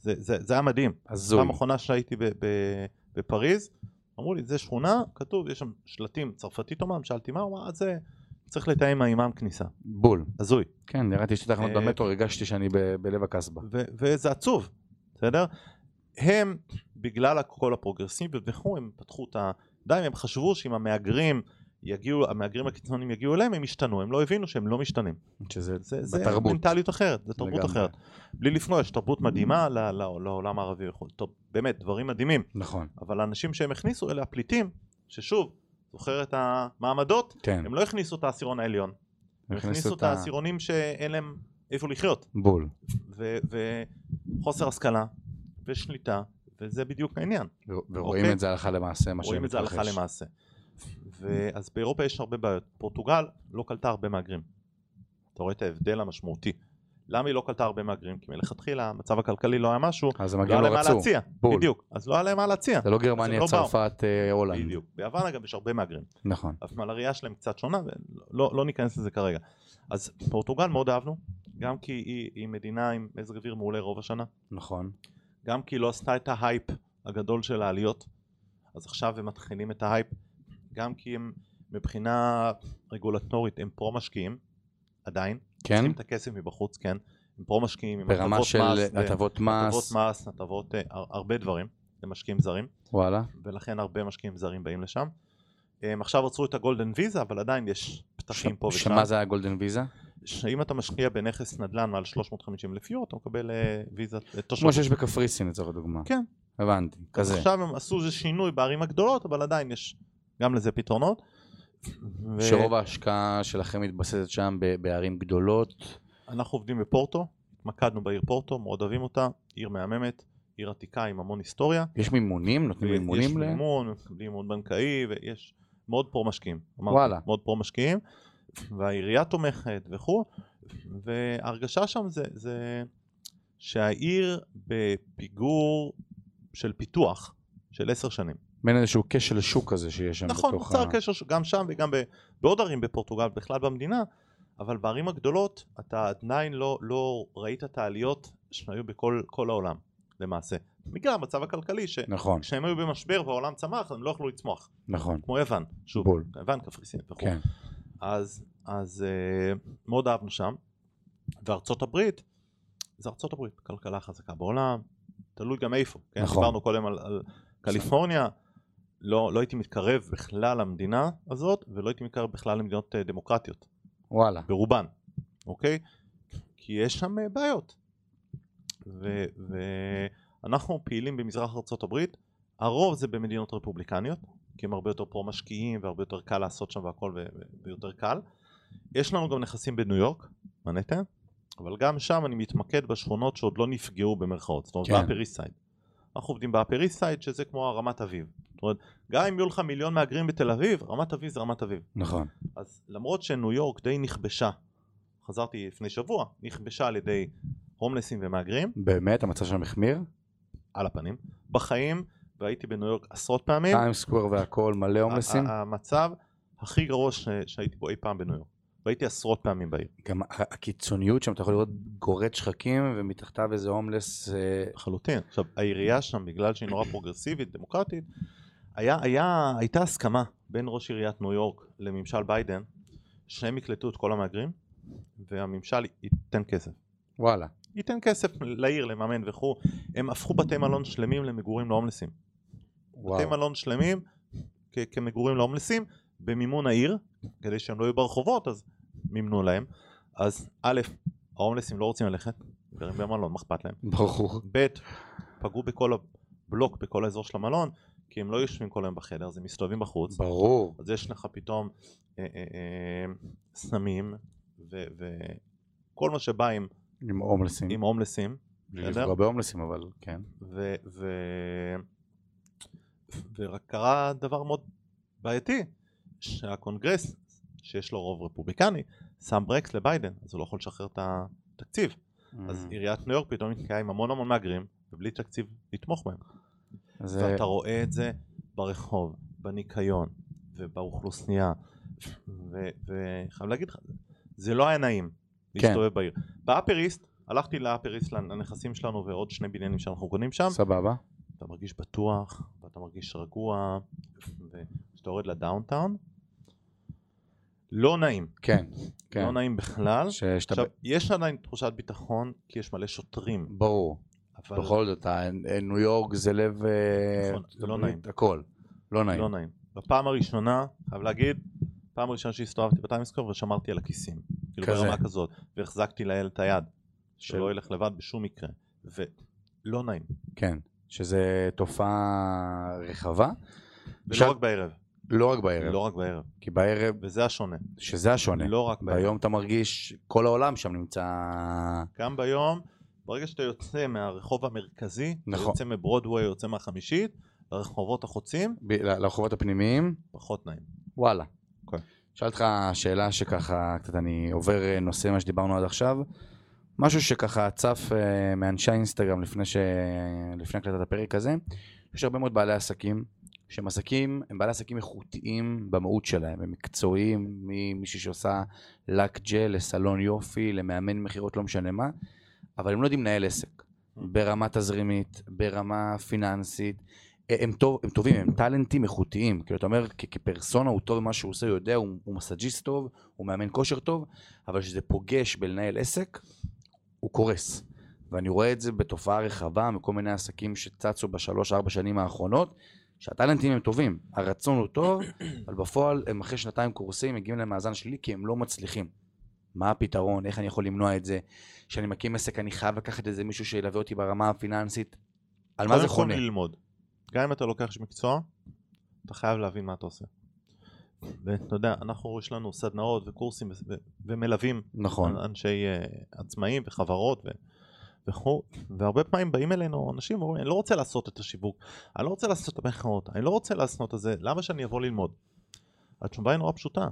זה, זה, זה היה מדהים.
הזוי.
פעם אחרונה שהייתי ב, ב, בפריז, אמרו לי, זה שכונה, כתוב, יש שם שלטים צרפתית אומנם, שאלתי מה, הוא אמר, "אז זה צריך לתאם עם האימאם כניסה.
בול.
הזוי.
כן, ירדתי שתי תחנות
אה,
במטרו, הרגשתי שאני ב- בלב הקסבה.
ו- וזה עצוב, בסדר? הם, בגלל הכל הפרוגרסיבי וכו', הם פתחו את הידיים, הם חשבו שאם המהגרים יגיעו, המהגרים הקיצוניים יגיעו אליהם, הם ישתנו, הם לא הבינו שהם לא משתנים.
שזה
זה, זה
בתרבות.
מנטליות אחרת, זה תרבות
לגמרי.
אחרת. בלי לפגוע, יש תרבות מדהימה ל- ל- לעולם הערבי וכו', טוב, באמת, דברים מדהימים,
נכון.
אבל האנשים שהם הכניסו אלה הפליטים, ששוב, זוכר את המעמדות,
כן.
הם לא הכניסו את העשירון העליון, הם הכניסו את
ה-
העשירונים שאין להם איפה לחיות,
בול.
ו- וחוסר השכלה, ושליטה, וזה בדיוק העניין,
ו- ורואים
אוקיי.
את זה הלכה למעשה, מה שמתרחש.
רואים את זה הלכה למעשה. ואז באירופה יש הרבה בעיות, פורטוגל לא קלטה הרבה מהגרים, אתה רואה את ההבדל המשמעותי. למה היא לא קלטה הרבה מהגרים? כי מלכתחילה המצב הכלכלי לא היה משהו,
אז
לא היה
המגרים
להם
לא
מה
רצו.
להציע,
בול.
בדיוק, אז לא היה להם מה להציע,
זה לא
אז
גרמניה,
הם לא באו.
צרפת, אה, הולנד.
בדיוק. ביוון אגב יש הרבה מהגרים.
נכון.
אף מהראייה שלהם קצת שונה, ולא לא, לא ניכנס לזה כרגע. אז פורטוגל מאוד אהבנו, גם כי היא, היא מדינה עם מזג אוויר מעולה רוב השנה,
נכון.
גם כי היא לא עשתה את ההייפ הגדול של העליות, אז עכשיו הם מתחילים את ההייפ, גם כי הם מבחינה רגולטורית הם פרו משקיעים, עדיין,
כן?
צריכים את הכסף מבחוץ, כן, הם פרו משקיעים, עם
ברמה
הטבות
של
מס, ו-
הטבות
הטבות
מס,
מס, הטבות, אה, הר- הרבה דברים, למשקיעים זרים.
וואלה.
ולכן הרבה משקיעים זרים באים לשם. הם עכשיו עצרו את הגולדן ויזה, אבל עדיין יש פתחים
ש-
פה ושם.
שמה זה היה גולדן ויזה?
שאם אתה משקיע בנכס נדל"ן מעל 350 אלף יורו, אתה מקבל אה, ויזת אה, תושבות.
כמו שיש בקפריסין לצורך הדוגמה.
כן.
הבנתי,
אז
כזה.
עכשיו הם עשו איזה שינוי בערים הגדולות, אבל עדיין יש גם לזה פתרונות. ו-
שרוב ההשקעה שלכם מתבססת שם ב- בערים גדולות.
אנחנו עובדים בפורטו, התמקדנו בעיר פורטו, מאוד אוהבים אותה, עיר מהממת, עיר עתיקה עם המון היסטוריה.
יש מימונים? נותנים
יש
מימונים? ל-
מימון, מקבלים מימון בנקאי, ויש מאוד פרו משקיעים. אמרתי,
וואלה.
מאוד פרו משקיעים, והעירייה תומכת וכו', וההרגשה שם זה, זה שהעיר בפיגור של פיתוח של עשר שנים.
מעין איזשהו כשל שוק כזה שיש שם
נכון,
בתוך
נוצר קשר ש- גם שם וגם ב- בעוד ערים בפורטוגל, בכלל במדינה, אבל בערים הגדולות אתה עדיין לא, לא ראית את העליות שהיו בכל כל העולם, למעשה. בגלל המצב הכלכלי, ש...
נכון,
כשהם היו במשבר והעולם צמח, הם לא יכלו לצמוח,
נכון.
כמו יוון, שוב,
בול.
יוון, קפריסין וכו'.
כן.
אז, אז אה, מאוד אהבנו שם, וארצות הברית, זה ארצות הברית, כלכלה חזקה בעולם, תלוי גם איפה, כן?
נכון.
דיברנו קודם על, על קליפורניה, לא, לא הייתי מתקרב בכלל למדינה הזאת, ולא הייתי מתקרב בכלל למדינות אה, דמוקרטיות,
וואלה.
ברובן, אוקיי? כי יש שם אה, בעיות. ו- ואנחנו פעילים במזרח ארה"ב, הרוב זה במדינות רפובליקניות, כי הם הרבה יותר פרו משקיעים והרבה יותר קל לעשות שם והכל ו- ו- ויותר קל. יש לנו גם נכסים בניו יורק, מנהטן, אבל גם שם אני מתמקד בשכונות שעוד לא נפגעו במרכאות, זאת אומרת
כן.
באפר איסט סייד. אנחנו עובדים באפר איסט סייד שזה כמו רמת אביב. זאת אומרת, גם אם יהיו לך מיליון מהגרים בתל אביב, רמת אביב זה רמת אביב.
נכון.
אז למרות שניו יורק די נכבשה, חזרתי לפני שבוע, נכבשה על ידי הומלסים ומהגרים,
באמת? המצב שם החמיר?
על הפנים, בחיים, והייתי בניו יורק עשרות פעמים.
טיים סקוור והכל, מלא אה, הומלסים.
ה- ה- המצב הכי גרוע ש- שהייתי בו אי פעם בניו יורק. והייתי עשרות פעמים בעיר.
גם ה- הקיצוניות שם, אתה יכול לראות גורד שחקים ומתחתיו איזה הומלס. אה,
לחלוטין. עכשיו, העירייה שם, בגלל שהיא נורא פרוגרסיבית, דמוקרטית, היה, היה, הייתה הסכמה בין ראש עיריית ניו יורק לממשל ביידן, שהם יקלטו את כל המהגרים, והממשל ייתן כסף.
וואלה.
ייתן כסף לעיר לממן וכו', הם הפכו בתי מלון שלמים למגורים להומלסים. בתי
וואו.
מלון שלמים כ- כמגורים להומלסים במימון העיר, כדי שהם לא יהיו ברחובות אז מימנו להם. אז א', ההומלסים לא רוצים ללכת, גרים במלון, מה אכפת להם?
ברור.
ב', פגעו בכל הבלוק, בכל האזור של המלון, כי הם לא יושבים כל היום בחדר, אז הם מסתובבים בחוץ.
ברור.
אז יש לך פתאום אה, אה, אה, סמים וכל מה שבא עם,
עם הומלסים.
עם הומלסים.
בלי
בסדר?
לפגוע בהומלסים, אבל כן.
ו... ו... ורק קרה דבר מאוד בעייתי, שהקונגרס, שיש לו רוב רפובליקני, שם ברקס לביידן, אז הוא לא יכול לשחרר את התקציב.
Mm.
אז עיריית ניו יורק פתאום נתקעה עם המון המון מהגרים, ובלי תקציב לתמוך בהם.
אז, אה,
ואתה רואה את זה ברחוב, בניקיון, ובאוכלוסייה, ו- וחייב להגיד לך, זה לא היה נעים להסתובב בעיר. באפר איסט, הלכתי לאפר איסט, לנכסים שלנו ועוד שני בניינים שאנחנו קונים שם,
סבבה.
אתה מרגיש בטוח, ואתה מרגיש רגוע, וכשאתה יורד לדאונטאון, לא נעים,
כן. כן.
כן. לא נעים בכלל.
ש- שאתה...
עכשיו, יש עדיין תחושת ביטחון, כי יש מלא שוטרים,
ברור.
אבל
בכל זאת, ה- אה, ניו יורק זה לב... אה,
נכון,
ארצות
לא
הברית,
נעים.
הכל. לא נעים.
לא נעים. בפעם הראשונה, חייב להגיד, פעם ראשונה שהסתובבתי בטיימסקור ושמרתי על הכיסים. כאילו
כזה. כן.
ברמה כזאת, והחזקתי לילד את היד,
של-
שלא ילך לבד בשום מקרה, ולא נעים,
כן. שזה תופעה רחבה, עכשיו-
ולא רק בערב,
לא רק בערב.
לא רק בערב,
כי בערב,
וזה השונה,
שזה השונה.
לא רק בערב.
ביום אתה מרגיש, כל העולם שם נמצא...
גם ביום, ברגע שאתה יוצא מהרחוב המרכזי, נכון.
נכון.
אתה יוצא מברודוויי, יוצא מהחמישית, לרחובות החוצים,
ב- ל- לרחובות הפנימיים,
פחות נעים.
וואלה.
אוקיי.
אשאל אותך שאלה שככה, קצת אני עובר אה, נושא מה שדיברנו עד עכשיו. משהו שככה צף אה, מאנשי האינסטגרם לפני, ש... לפני הקלטת הפרק הזה. יש הרבה מאוד בעלי עסקים, שהם עסקים, הם בעלי עסקים איכותיים במהות שלהם, הם מקצועיים, ממישהי שעושה לק ג'ל לסלון יופי, למאמן מכירות, לא משנה מה, אבל הם לא יודעים לנהל עסק. ברמה תזרימית, ברמה פיננסית, הם, טוב, הם טובים, הם טאלנטים איכותיים. כאילו, אתה אומר, כ- כפרסונה הוא טוב במה שהוא עושה, הוא יודע, הוא, הוא מסאג'יסט טוב, הוא מאמן כושר טוב, אבל כשזה פוגש בלנהל עסק, הוא קורס. ואני רואה את זה בתופעה רחבה מכל מיני עסקים שצצו בשלוש-ארבע שנים האחרונות, שהטאלנטים הם טובים, הרצון הוא טוב, אבל בפועל הם אחרי שנתיים קורסים מגיעים למאזן שלילי כי הם לא מצליחים. מה הפתרון, איך אני יכול למנוע את זה, כשאני מקים עסק אני חייב לקחת איזה מישהו שילווה אותי ברמה הפיננסית, על מה זה
קודם כל
חונה?
ללמוד. גם אם אתה לוקח איש מקצוע, אתה חייב להבין מה אתה עושה. ואתה יודע, אנחנו יש לנו סדנאות וקורסים ו- ו- ומלווים
נכון.
אנשי אה, עצמאים וחברות ו... וכו', והרבה פעמים באים אלינו אנשים ואומרים, אני לא רוצה לעשות את השיווק, אני לא רוצה לעשות את המכירות, אני לא רוצה לעשות את זה, למה שאני אבוא ללמוד? התשובה היא נורא פשוטה.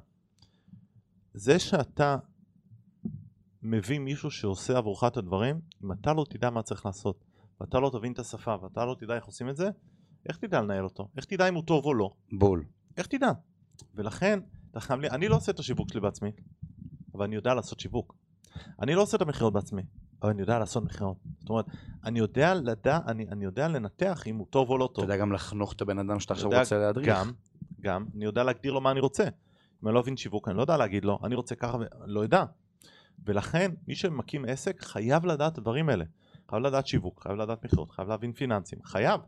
זה שאתה מביא מישהו שעושה עבורך את הדברים, אם אתה לא תדע מה צריך לעשות, ואתה לא תבין את השפה, ואתה לא תדע איך עושים את זה, איך תדע לנהל אותו? איך תדע אם הוא טוב או לא?
בול.
איך תדע? ולכן, אתה חייב לי, אני לא עושה את השיווק שלי בעצמי, אבל אני יודע לעשות שיווק. אני לא עושה את המכירות בעצמי, אבל אני יודע לעשות מכירות. זאת אומרת, אני יודע, לדע, אני, אני יודע לנתח אם הוא טוב או לא
אתה
טוב.
יודע גם לחנוך את הבן אדם שאתה
אתה
עכשיו
יודע
רוצה להדריך.
גם, גם, אני יודע להגדיר לו מה אני רוצה. אם אני לא מבין שיווק, אני לא יודע להגיד לו, אני רוצה ככה, ו- לא יודע. ולכן, מי שמקים עסק חייב לדעת את הדברים האלה. חייב לדעת שיווק, חייב לדעת מכירות, חייב להבין פיננסים, חייב.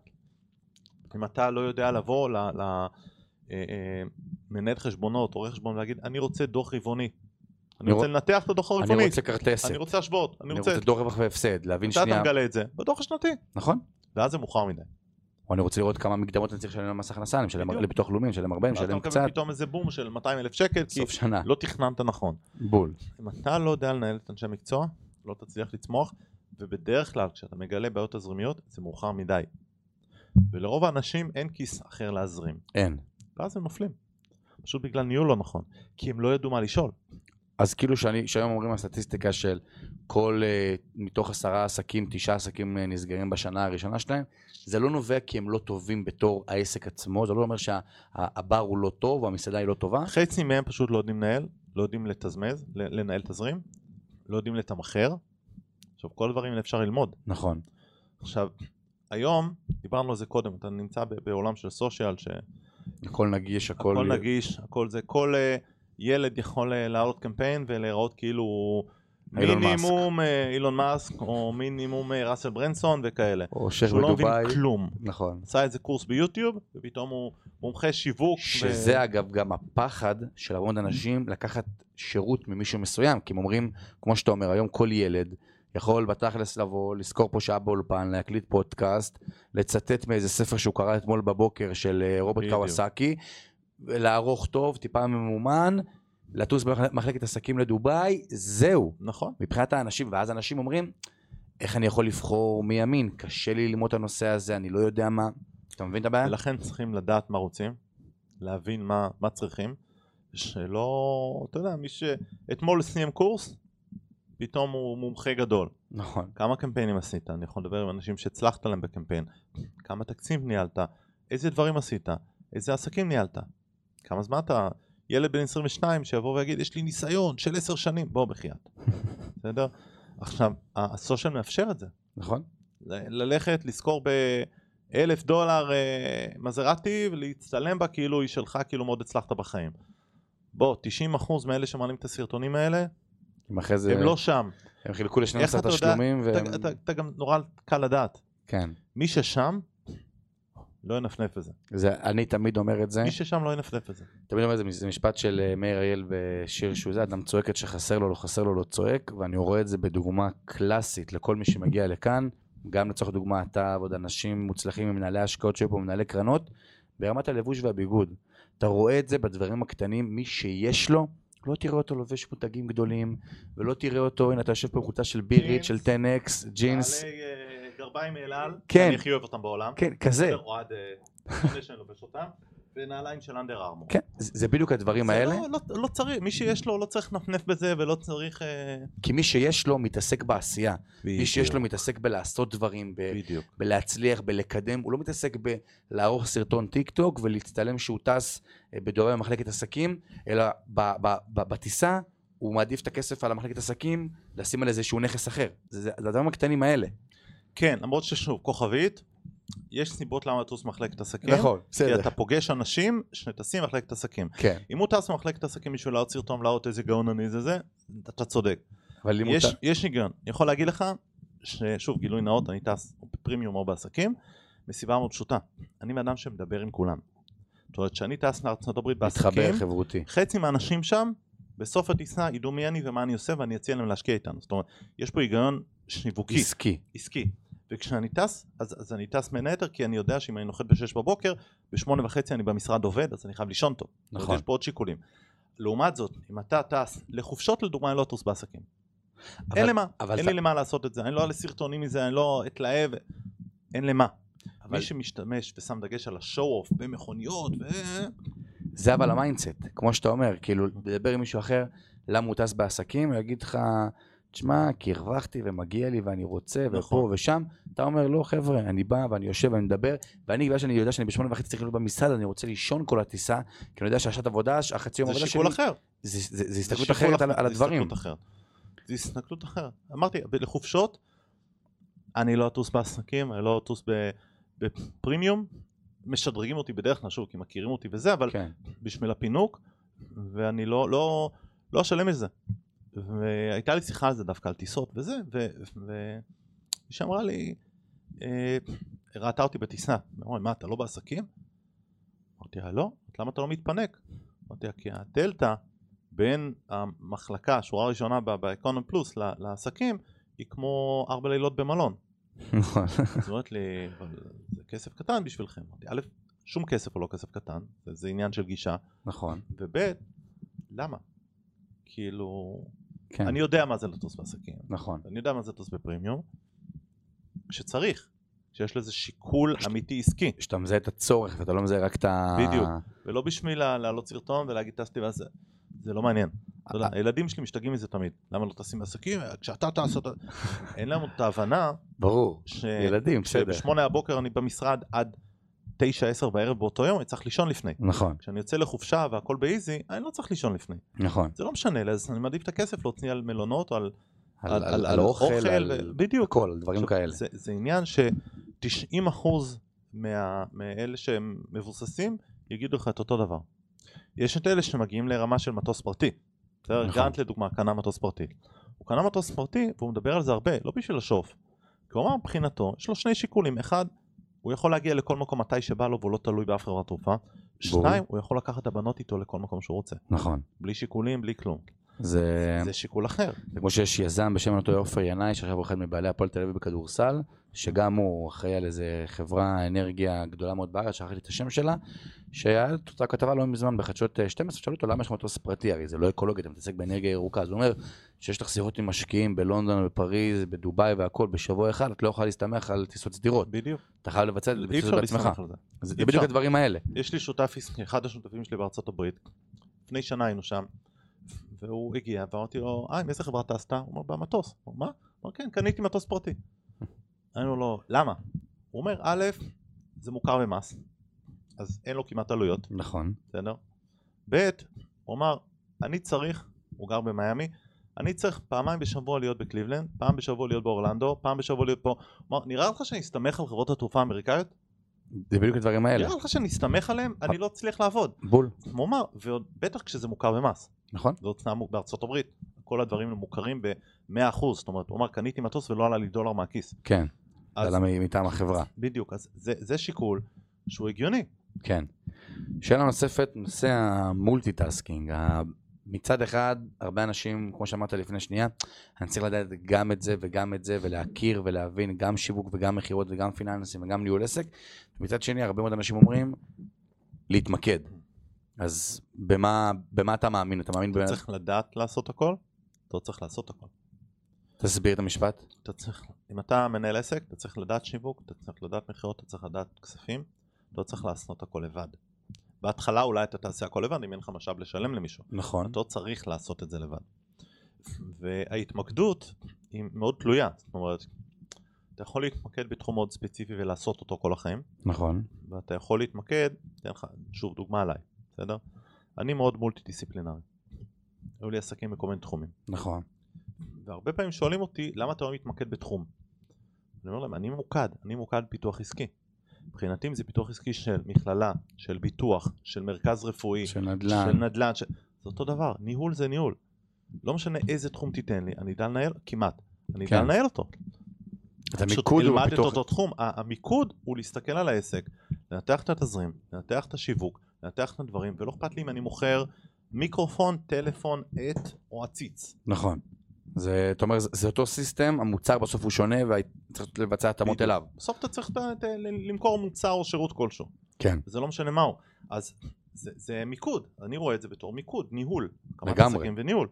אם אתה לא יודע לבוא למנהל אה, חשבונות, עורך חשבון, ולהגיד, אני רוצה דוח רבעוני.
אני
אני רוצה
רוצ-
לנתח את הדוח
אני
הרבעוני.
רוצה כרטסת.
אני רוצה השוואות. אני
אני
רוצה...
רוצה דור רווח והפסד, להבין
מתי אתה
שנייה.
מגלה את זה? בדוח השנתי.
נכון.
ואז זה מאוחר מדי.
או אני רוצה לראות כמה מקדמות אני צריך לשלם למס הכנסה, אני משלם
בדיוק.
לביטוח לאומי, אני משלם הרבה, אני
ואז
משלם
אתה מקבל
קצת,
פתאום איזה בום של 200 אלף שקל, כי
סוף שנה.
לא תכננת נכון.
בול.
אם אתה לא יודע לנהל את אנשי המקצוע, לא תצליח לצמוח, ובדרך כלל כשאתה מגלה בעיות תזרימיות, זה מאוחר מדי. ולרוב האנשים אין כיס אחר להזרים,
אין.
ואז הם נופלים. פשוט בגלל ניהול לא נכון, כי הם לא ידעו מה לשאול.
אז כאילו שאני, שהיום אומרים הסטטיסטיקה של כל, אה, מתוך עשרה עסקים, תשעה עסקים אה, נסגרים בשנה הראשונה שלהם, זה לא נובע כי הם לא טובים בתור העסק עצמו, זה לא אומר שהבר הוא לא טוב, או המסעדה היא לא טובה,
חצי מהם פשוט לא יודעים לנהל, לא יודעים לתזמז, ל- לנהל תזרים, לא יודעים לתמחר. עכשיו, כל הדברים האלה אפשר ללמוד.
נכון,
עכשיו, היום, דיברנו על זה קודם, אתה נמצא ב- בעולם של סושיאל, שהכל
הכל נגיש, הכל...
נגיש, הכל זה, כל אה, ילד יכול אה, להעלות קמפיין ולהיראות כאילו הוא
אילון
מינימום אה, אילון מאסק, או מינימום אה, ראסל ברנסון וכאלה.
או שייח
שהוא לא מבין
בדובאי,
כלום.
נכון.
עשה איזה קורס ביוטיוב, ופתאום הוא מומחה שיווק.
שזה אגב גם הפחד של המון אנשים לקחת שירות ממישהו מסוים, כי הם אומרים, כמו שאתה אומר, היום כל ילד יכול בתכלס לבוא, לזכור פה שעה באולפן, להקליט פודקאסט, לצטט מאיזה ספר שהוא קרא אתמול בבוקר של אה, רוברט
בדיוק.
קוואסקי, לערוך טוב, טיפה ממומן, לטוס במחלקת עסקים לדובאי, זהו.
נכון.
מבחינת האנשים, ואז אנשים אומרים, איך אני יכול לבחור מימין? קשה לי ללמוד את הנושא הזה, אני לא יודע מה. אתה מבין את הבעיה?
ולכן צריכים לדעת מה רוצים, להבין מה, מה צריכים, שלא, אתה יודע, מי שאתמול סיים קורס, פתאום הוא מומחה גדול.
נכון.
כמה קמפיינים עשית? אני יכול לדבר עם אנשים שהצלחת להם בקמפיין. כמה תקציב ניהלת? איזה דברים עשית? איזה עסקים ניהלת? כמה זמן אתה? ילד בן 22 שיבוא ויגיד, יש לי ניסיון של 10 שנים. בוא, בחייאת. בסדר? עכשיו, ה- הסושיאל מאפשר את זה.
נכון?
ל- ללכת לשכור באלף דולר אה, מזרטי ולהצטלם בה כאילו היא שלך כאילו מאוד הצלחת בחיים. בוא, 90% מאלה שמעלים את הסרטונים האלה,
אם אחרי זה...
הם לא שם.
הם חילקו
איך
ל-12
אתה יודע?
תשלומים, והם...
אתה- אתה אתה גם נורא קל לדעת.
כן.
מי ששם, לא ינפנף את זה.
זה, אני תמיד אומר את זה,
מי ששם לא ינפנף את זה.
תמיד אומר את זה, זה משפט של אה, מאיר אריאל בשיר שהוא זה, אדם צועק את שחסר לו, לא חסר לו, לא צועק, ואני רואה את זה בדוגמה קלאסית לכל מי שמגיע לכאן, גם לצורך דוגמה אתה ועוד אנשים מוצלחים ממנהלי השקעות שהיו פה, מנהלי קרנות, ברמת הלבוש והביגוד. אתה רואה את זה בדברים הקטנים, מי שיש לו, לא תראה אותו לובש מותגים גדולים, ולא תראה אותו, הנה אתה יושב פה עם חולצה של בירית,
ג'ינס,
של 10x, ג'ינס,
בעלי, אה, גרביים מאל על,
כן.
אני הכי אוהב אותם בעולם.
כן, כזה,
אוהד, לפני שאני לובש אותם, ונעליים של אנדר ארמור.
כן, זה זה בדיוק הדברים
זה
האלה.
לא- לא- לא צריך, מי שיש לו לא צריך לנפנף בזה ולא צריך... אה,
כי מי שיש לו מתעסק בעשייה, מי שיש לו מתעסק בלעשות דברים, ב-
בדיוק.
בלהצליח, בלקדם, הוא לא מתעסק בלערוך סרטון טיק טוק ולהצטלם שהוא טס אה, בדומה במחלקת עסקים, אלא ב- ב- ב- בטיסה הוא מעדיף את הכסף על המחלקת עסקים, לשים על איזשהו נכס אחר. זה זה- זה הדברים הקטנים האלה.
כן, למרות ששוב, כוכבית, יש סיבות למה לטוס מחלקת עסקים.
נכון,
כי אתה פוגש אנשים שטסים במחלקת עסקים.
כן,
אם הוא טס במחלקת עסקים בשביל להוציא סרטון להראות איזה גאון אני זה זה, אתה צודק.
אבל אם הוא
יש,
ט-
יש היגיון. אני יכול להגיד לך, ששוב, גילוי נאות, אני טס או בפרימיום או בעסקים, מסיבה מאוד פשוטה. אני בן אדם שמדבר עם כולם. זאת אומרת, כשאני טס לארצות הברית בעסקים,
מתחבר חברותי.
חצי מהאנשים שם, בסוף הטיסה ידעו מי אני ומה אני עושה ואני אציע להם להשקיע איתנו. זאת אומרת, יש פה היגיון שיווקי.
עסקי.
עסקי. וכשאני טס, אז, אז אני טס בין היתר, כי אני יודע שאם אני נוחת ב-6 בבוקר, ב-8 וחצי אני במשרד עובד, אז אני חייב לישון טוב.
נכון.
זאת אומרת, יש פה עוד שיקולים. לעומת זאת, אם אתה טס לחופשות לדוגמה, אני לא טוס בעסקים.
אבל-
אין למה,
אבל
אין
אתה-
לי למה לעשות את זה, אני לא אעלה סרטונים מזה, אני לא אתלהב, אין למה.
אבל-
מי שמשתמש ושם דגש על השואו-אוף במכוניות, ו...
זה אבל המיינדסט, כמו שאתה אומר, כאילו, לדבר עם מישהו אחר, למה הוא טס בעסקים, הוא יגיד לך, תשמע, כי הרווחתי ומגיע לי ואני רוצה, ופה
נכון.
ושם, אתה אומר, לא חבר'ה, אני בא ואני יושב ואני מדבר, ואני, בגלל שאני יודע שאני בשמונה וחצי צריך להיות במשרד, אני רוצה לישון כל הטיסה, כי אני יודע שהשעת עבודה, החצי יום
זה
עבודה
שיקול
שלי,
אחר.
זה- זה זה
זה
הסתכלות
שיקול
אחרת
אחר,
על על
זה
הדברים.
הסתכלות אחרת. זה הסתכלות אחרת. אמרתי, ב- לחופשות, אני לא אטוס בעסקים, אני לא אטוס ב- בפרימיום. משדרגים אותי בדרך כלל, שוב, כי מכירים אותי וזה, אבל
כן,
בשביל הפינוק, ואני לא, לא, לא אשלם את זה. והייתה לי שיחה על זה דווקא, על טיסות וזה, ו- ו- היא שאמרה לי, אה, ראתה אותי בטיסה, אמרה לי, מה, אתה לא בעסקים? אמרתי לה, לא, למה אתה לא מתפנק? אמרתי לה, כי הדלתא בין המחלקה, השורה הראשונה ב- באקונום פלוס ל- לעסקים, היא כמו ארבע לילות במלון.
נכון.
אז היא אומרת לי, אבל זה כסף קטן בשבילכם. אמרתי, א', שום כסף הוא לא כסף קטן, זה, זה עניין של גישה.
נכון,
וב' למה? כאילו,
כן,
אני יודע מה זה לטוס בעסקים,
נכון.
אני יודע מה זה לטוס בפרימיום, כשצריך, כשיש לזה שיקול אמיתי עסקי,
שאתה מזהה את הצורך ואתה לא מזהה רק את ה...
בדיוק. ולא בשביל לה- להעלות סרטון ולהגיד טסתי וזה. זה לא מעניין. אתה
אה.
יודע, הילדים שלי משתגעים מזה תמיד. למה לא טסים לעסקים? כשאתה טס... אתה-" אין להם את ההבנה
ברור.
ש...
ילדים, בסדר.
שבשמונה הבוקר אני במשרד עד תשע, עשר בערב באותו יום, אני צריך לישון לפני.
נכון,
כשאני יוצא לחופשה והכל באיזי, אני לא צריך לישון לפני.
נכון.
זה לא משנה, אז אני מעדיף את הכסף להוציא על מלונות או על
על- על על אוכל, על
בדיוק.
כאילו הכל, על דברים
עכשיו,
כאלה.
זה, זה עניין ש-90% מה, מאלה שהם מבוססים יגידו לך את אותו דבר. יש את אלה שמגיעים לרמה של מטוס פרטי. בסדר?
נכון.
גרנט לדוגמה קנה מטוס פרטי. הוא קנה מטוס פרטי והוא מדבר על זה הרבה, לא בשביל השוף. כי הוא אמר מבחינתו, יש לו שני שיקולים, אחד, הוא יכול להגיע לכל מקום מתי שבא לו והוא לא תלוי באף חברת תעופה. שניים, הוא יכול לקחת את הבנות איתו לכל מקום שהוא רוצה.
נכון.
בלי שיקולים, בלי כלום.
זה...
זה שיקול אחר.
זה כמו שיש יזם בשם אותו עופר ינאי, שעכשיו הוא אחד מבעלי הפועל תל אביב בכדורסל, שגם הוא אחראי על איזה חברה אנרגיה גדולה מאוד בארץ, שכחתי את השם שלה, שהיה את אותה כתבה לא מזמן בחדשות אה, 12, שאלו אותו למה יש לך מטוס פרטי, הרי זה לא אקולוגי, אתה מתעסק באנרגיה ירוקה, אז הוא אומר שיש לך שיחות עם משקיעים בלונדון, בפריז, בדובאי והכל, בשבוע אחד את לא יכולה להסתמך על טיסות סדירות,
בדיוק.
אתה חייב לבצע את
אי
זה
אפשר
בעצמך,
להסתמך על זה.
זה
אי
בדיוק
אפשר.
הדברים האלה,
יש לי שותף עסקי, אחד השותפים שלי בארצות הברית, לפני שנה היינו שם, והוא הגיע, ואמרתי לו, אה, עם איזה חברה טסת? הוא אומר, במטוס. הוא אומר, מה? הוא אומר, כן, קניתי מטוס פרטי. אמרנו לו, למה? הוא אומר, א', זה מוכר במס, אז אין לו כמעט עלויות,
נכון,
בסדר? ב', הוא אמר, אני צריך, הוא גר במיאמי, אני צריך פעמיים בשבוע להיות בקליבלנד, פעם בשבוע להיות באורלנדו, פעם בשבוע להיות פה. הוא אמר, נראה לך שאני אסתמך על חברות התעופה האמריקאיות?
זה בדיוק הדברים האלה,
נראה לך שאני אסתמך עליהן? אני לא אצליח לעבוד.
בול,
הוא אמר, ועוד בטח כשזה מוכר במס,
נכון,
זה הוצאה מוכ- בארצות הברית, כל הדברים הם מוכרים ב-100%, זאת אומרת, הוא אמר, קניתי מטוס ולא עלה לי דולר מהכיס.
כן, זה
אז
עלה מ- מטעם החברה.
בדיוק, אז זה, זה שיקול שהוא הגיוני.
כן. שאלה נוספת, נושא המולטיטאסקינג. ה- מצד אחד, הרבה אנשים, כמו שאמרת לפני שנייה, אני צריך לדעת גם את זה וגם את זה, ולהכיר ולהבין גם שיווק וגם מכירות וגם פיננסים וגם ניהול עסק. מצד שני, הרבה מאוד אנשים אומרים, להתמקד. אז במה, במה אתה מאמין? אתה מאמין ב...
אתה צריך לדעת לעשות הכל, אתה לא צריך לעשות הכל.
תסביר את המשפט.
אתה צריך, אם אתה מנהל עסק, אתה צריך לדעת שיווק, אתה צריך לדעת מכירות, אתה צריך לדעת כספים, אתה לא צריך לעשות הכל לבד. בהתחלה אולי אתה תעשה הכל לבד, אם אין לך משאב לשלם למישהו.
נכון.
אתה לא צריך לעשות את זה לבד. וההתמקדות היא מאוד תלויה, זאת אומרת, אתה יכול להתמקד בתחום מאוד ספציפי ולעשות אותו כל החיים,
נכון.
ואתה יכול להתמקד, אתן לך שוב דוגמה עליי, בסדר? אני מאוד מולטי דיסציפלינרי. היו לי עסקים בכל מיני תחומים,
נכון.
והרבה פעמים שואלים אותי למה אתה לא מתמקד בתחום. אני אומר להם, אני ממוקד, אני ממוקד פיתוח עסקי. מבחינתי אם זה פיתוח עסקי של מכללה, של ביטוח, של מרכז רפואי,
של נדל"ן.
של נדל"ן, ש... זה אותו דבר, ניהול זה ניהול. לא משנה איזה תחום תיתן לי, אני אדע לנהל, כמעט, אני אדע
כן.
לנהל אותו.
את
פשוט
המיקוד הוא
אלמד את
בפיתוח...
אותו תחום, ה- המיקוד הוא להסתכל על העסק, לנתח את התזרים, לנתח את השיווק, לנתח את הדברים, ולא אכפת לי אם אני מוכר מיקרופון, טלפון, עט או עציץ.
נכון. זה, אתה אומר, זה, זה אותו סיסטם, המוצר בסוף הוא שונה וצריך לבצע התאמות
בדיוק.
אליו.
בסוף אתה צריך את ה- את ה- ל- למכור מוצר או שירות כלשהו,
כן.
וזה לא משנה מהו. אז זה, זה מיקוד, אני רואה את זה בתור מיקוד, ניהול. הקמת
לגמרי.
עסקים וניהול.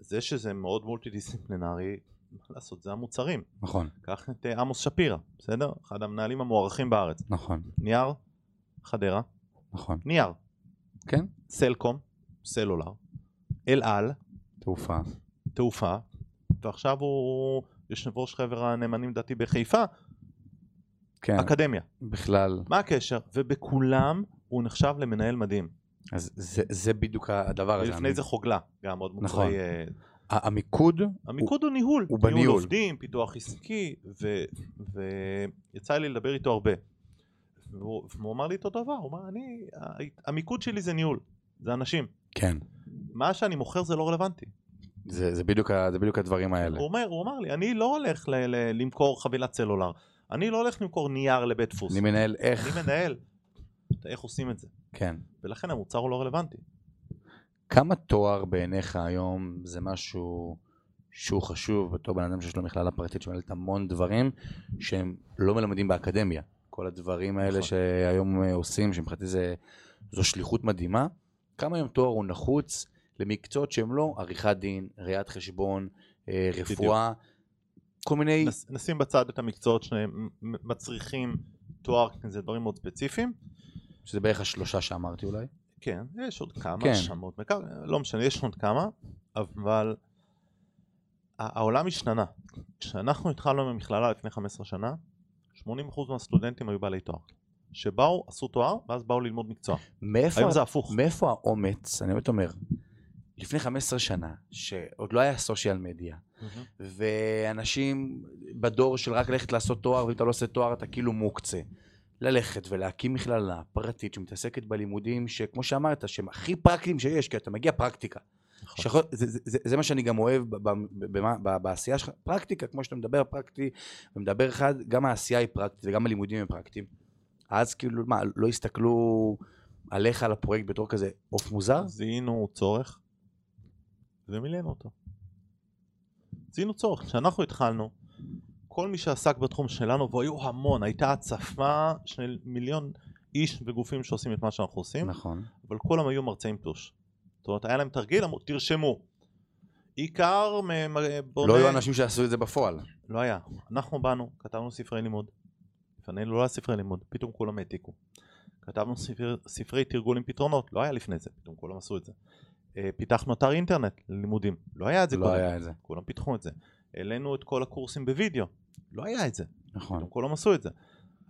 זה שזה מאוד מולטי דיסציפלינרי, מה לעשות, זה המוצרים.
נכון,
קח את אה, עמוס שפירא, בסדר? אחד המנהלים המוערכים בארץ.
נכון,
נייר, חדרה,
נכון.
נייר.
כן.
סלקום, סלולר, אל על,
תעופה.
תעופה, ועכשיו הוא יושב ראש חבר הנאמנים דתי בחיפה,
כן,
אקדמיה.
בכלל.
מה הקשר? ובכולם הוא נחשב למנהל מדהים.
אז זה, זה בדיוק הדבר הזה.
ולפני זה חוגלה, גם עוד מוצרי...
נכון.
אה,
ה- המיקוד,
המיקוד הוא ניהול.
הוא בניהול.
ניהול עובדים, פיתוח עסקי, ו- ויצא לי לדבר איתו הרבה. והוא, והוא אמר לי את אותו דבר, הוא אמר, אני, ה- המיקוד שלי זה ניהול, זה אנשים.
כן.
מה שאני מוכר זה לא רלוונטי.
זה, זה, בדיוק, ה- זה בדיוק הדברים האלה.
הוא אומר, הוא אמר לי, אני לא הולך ל- ל- למכור חבילת סלולר, אני לא הולך למכור נייר לבית דפוס.
אני מנהל איך,
אני מנהל. איך עושים את זה?
כן.
ולכן המוצר הוא לא רלוונטי.
כמה תואר בעיניך היום זה משהו שהוא חשוב בתור בן אדם שיש לו מכללה פרטית שמנהלת המון דברים שהם לא מלמדים באקדמיה. כל הדברים האלה
נכון.
שהיום אה, עושים, שמבחינתי זה- זו שליחות מדהימה. כמה היום תואר הוא נחוץ למקצועות שהם לא עריכת דין, ראיית חשבון, אה, רפואה, כל מיני...
נס- נשים בצד את המקצועות שמצריכים תואר, כי זה דברים מאוד ספציפיים.
שזה בערך השלושה שאמרתי אולי.
כן, יש עוד כמה
כן.
כן. שמות, מקר... לא משנה, יש עוד כמה, אבל ה- העולם השתנה. כשאנחנו התחלנו עם המכללה לפני 15 שנה, 80% מהסטודנטים היו בעלי תואר. שבאו, עשו תואר, ואז באו ללמוד מקצוע.
מאיפה
היום זה הפוך.
מאיפה האומץ, אני באמת אומר, לפני 15 שנה, שעוד לא היה סושיאל מדיה,
מהמם.
ואנשים בדור של רק ללכת לעשות תואר, ואם אתה לא עושה תואר אתה כאילו מוקצה. ללכת ולהקים מכללה פרטית שמתעסקת בלימודים שכמו שאמרת, שהם הכי פרקטיים שיש, כי אתה מגיע פרקטיקה.
נכון.
שיכול, זה, זה, זה, זה מה שאני גם אוהב ב, ב, ב, ב, בעשייה שלך, פרקטיקה, כמו שאתה מדבר פרקטי, ומדבר אחד, גם העשייה היא פרקטית וגם הלימודים הם פרקטיים. אז כאילו, מה, לא הסתכלו עליך, על הפרויקט בתור כזה עוף מוזר?
זיהינו צורך ומילאנו אותו. זיהינו צורך. כשאנחנו התחלנו, כל מי שעסק בתחום שלנו, והיו המון, הייתה הצפה של מיליון איש וגופים שעושים את מה שאנחנו עושים,
נכון.
אבל כולם היו מרצי עם תוש. זאת אומרת, היה להם תרגיל, אמרו, תרשמו. עיקר, מ- מ- בונה...
לא היו אנשים שעשו את זה בפועל.
לא היה. אנחנו באנו, כתבנו ספרי לימוד. לפנינו לא היה ספרי לימוד, פתאום כולם העתיקו. כתבנו ספר, ספרי תרגול עם פתרונות, לא היה לפני זה, פתאום כולם עשו את זה. אה, פיתחנו אתר אינטרנט ללימודים, לא היה את זה
לא
קודם,
היה את זה.
כולם פיתחו את זה. העלינו את כל הקורסים בווידאו, לא היה את זה,
נכון.
פתאום כולם עשו את זה.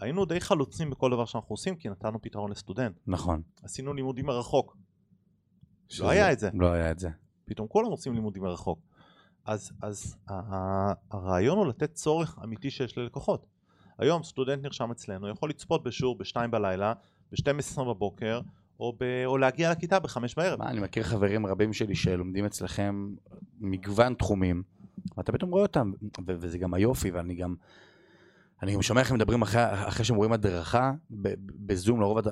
היינו די חלוצים בכל דבר שאנחנו עושים, כי נתנו פתרון לסטודנט.
נכון.
עשינו לימודים מרחוק, לא
שזה-
היה את זה.
לא היה את זה.
פתאום כולם עושים לימודים מרחוק. אז, אז ה- ה- הרעיון הוא לתת צורך אמיתי שיש ללקוחות. היום סטודנט נרשם אצלנו, יכול לצפות בשיעור ב-2 בלילה, ב-12 בבוקר, או, ב- או להגיע לכיתה ב-5 בערב.
מה, אני מכיר חברים רבים שלי שלומדים אצלכם מגוון תחומים, ואתה פתאום רואה אותם, ו- וזה גם היופי, ואני גם... אני גם שומע איך הם מדברים אחרי, אחרי שהם רואים הדרכה, ב- בזום לרוב... הד-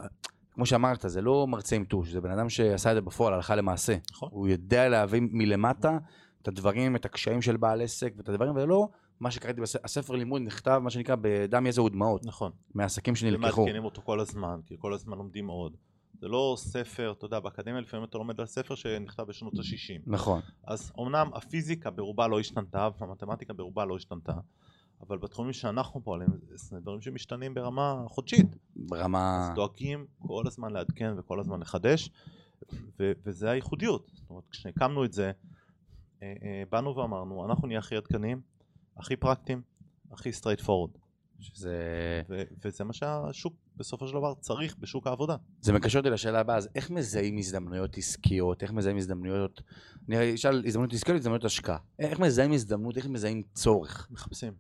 כמו שאמרת, זה לא מרצה עם טוש, זה בן אדם שעשה את זה בפועל, הלכה למעשה.
נכון.
הוא יודע להביא מלמטה את הדברים, את הקשיים של בעל עסק ואת הדברים, ולא מה שקראתי בספר לימוד נכתב, מה שנקרא, בדם, יזע ודמעות,
נכון.
מהעסקים שנלקחו.
ומעדכנים אותו כל הזמן, כי כל הזמן לומדים עוד. זה לא ספר, אתה יודע, באקדמיה לפעמים אתה לומד על ספר שנכתב בשנות ה-60.
נכון.
אז אמנם הפיזיקה ברובה לא השתנתה והמתמטיקה ברובה לא השתנתה, אבל בתחומים שאנחנו פועלים זה דברים שמשתנים ברמה חודשית.
ברמה...
אז דואגים כל הזמן לעדכן וכל הזמן לחדש ו- וזה הייחודיות זאת אומרת כשהקמנו את זה אה, אה, באנו ואמרנו אנחנו נהיה הכי עדכניים הכי פרקטיים הכי סטרייט פורד
שזה...
וזה מה שהשוק בסופו של דבר צריך בשוק העבודה
זה מקשר אותי לשאלה הבאה, אז איך מזהים הזדמנויות עסקיות? איך מזהים הזדמנויות... אני אשאל הזדמנות עסקיות, הזדמנות השקעה. איך מזהים הזדמנות? איך מזהים צורך?
מחפשים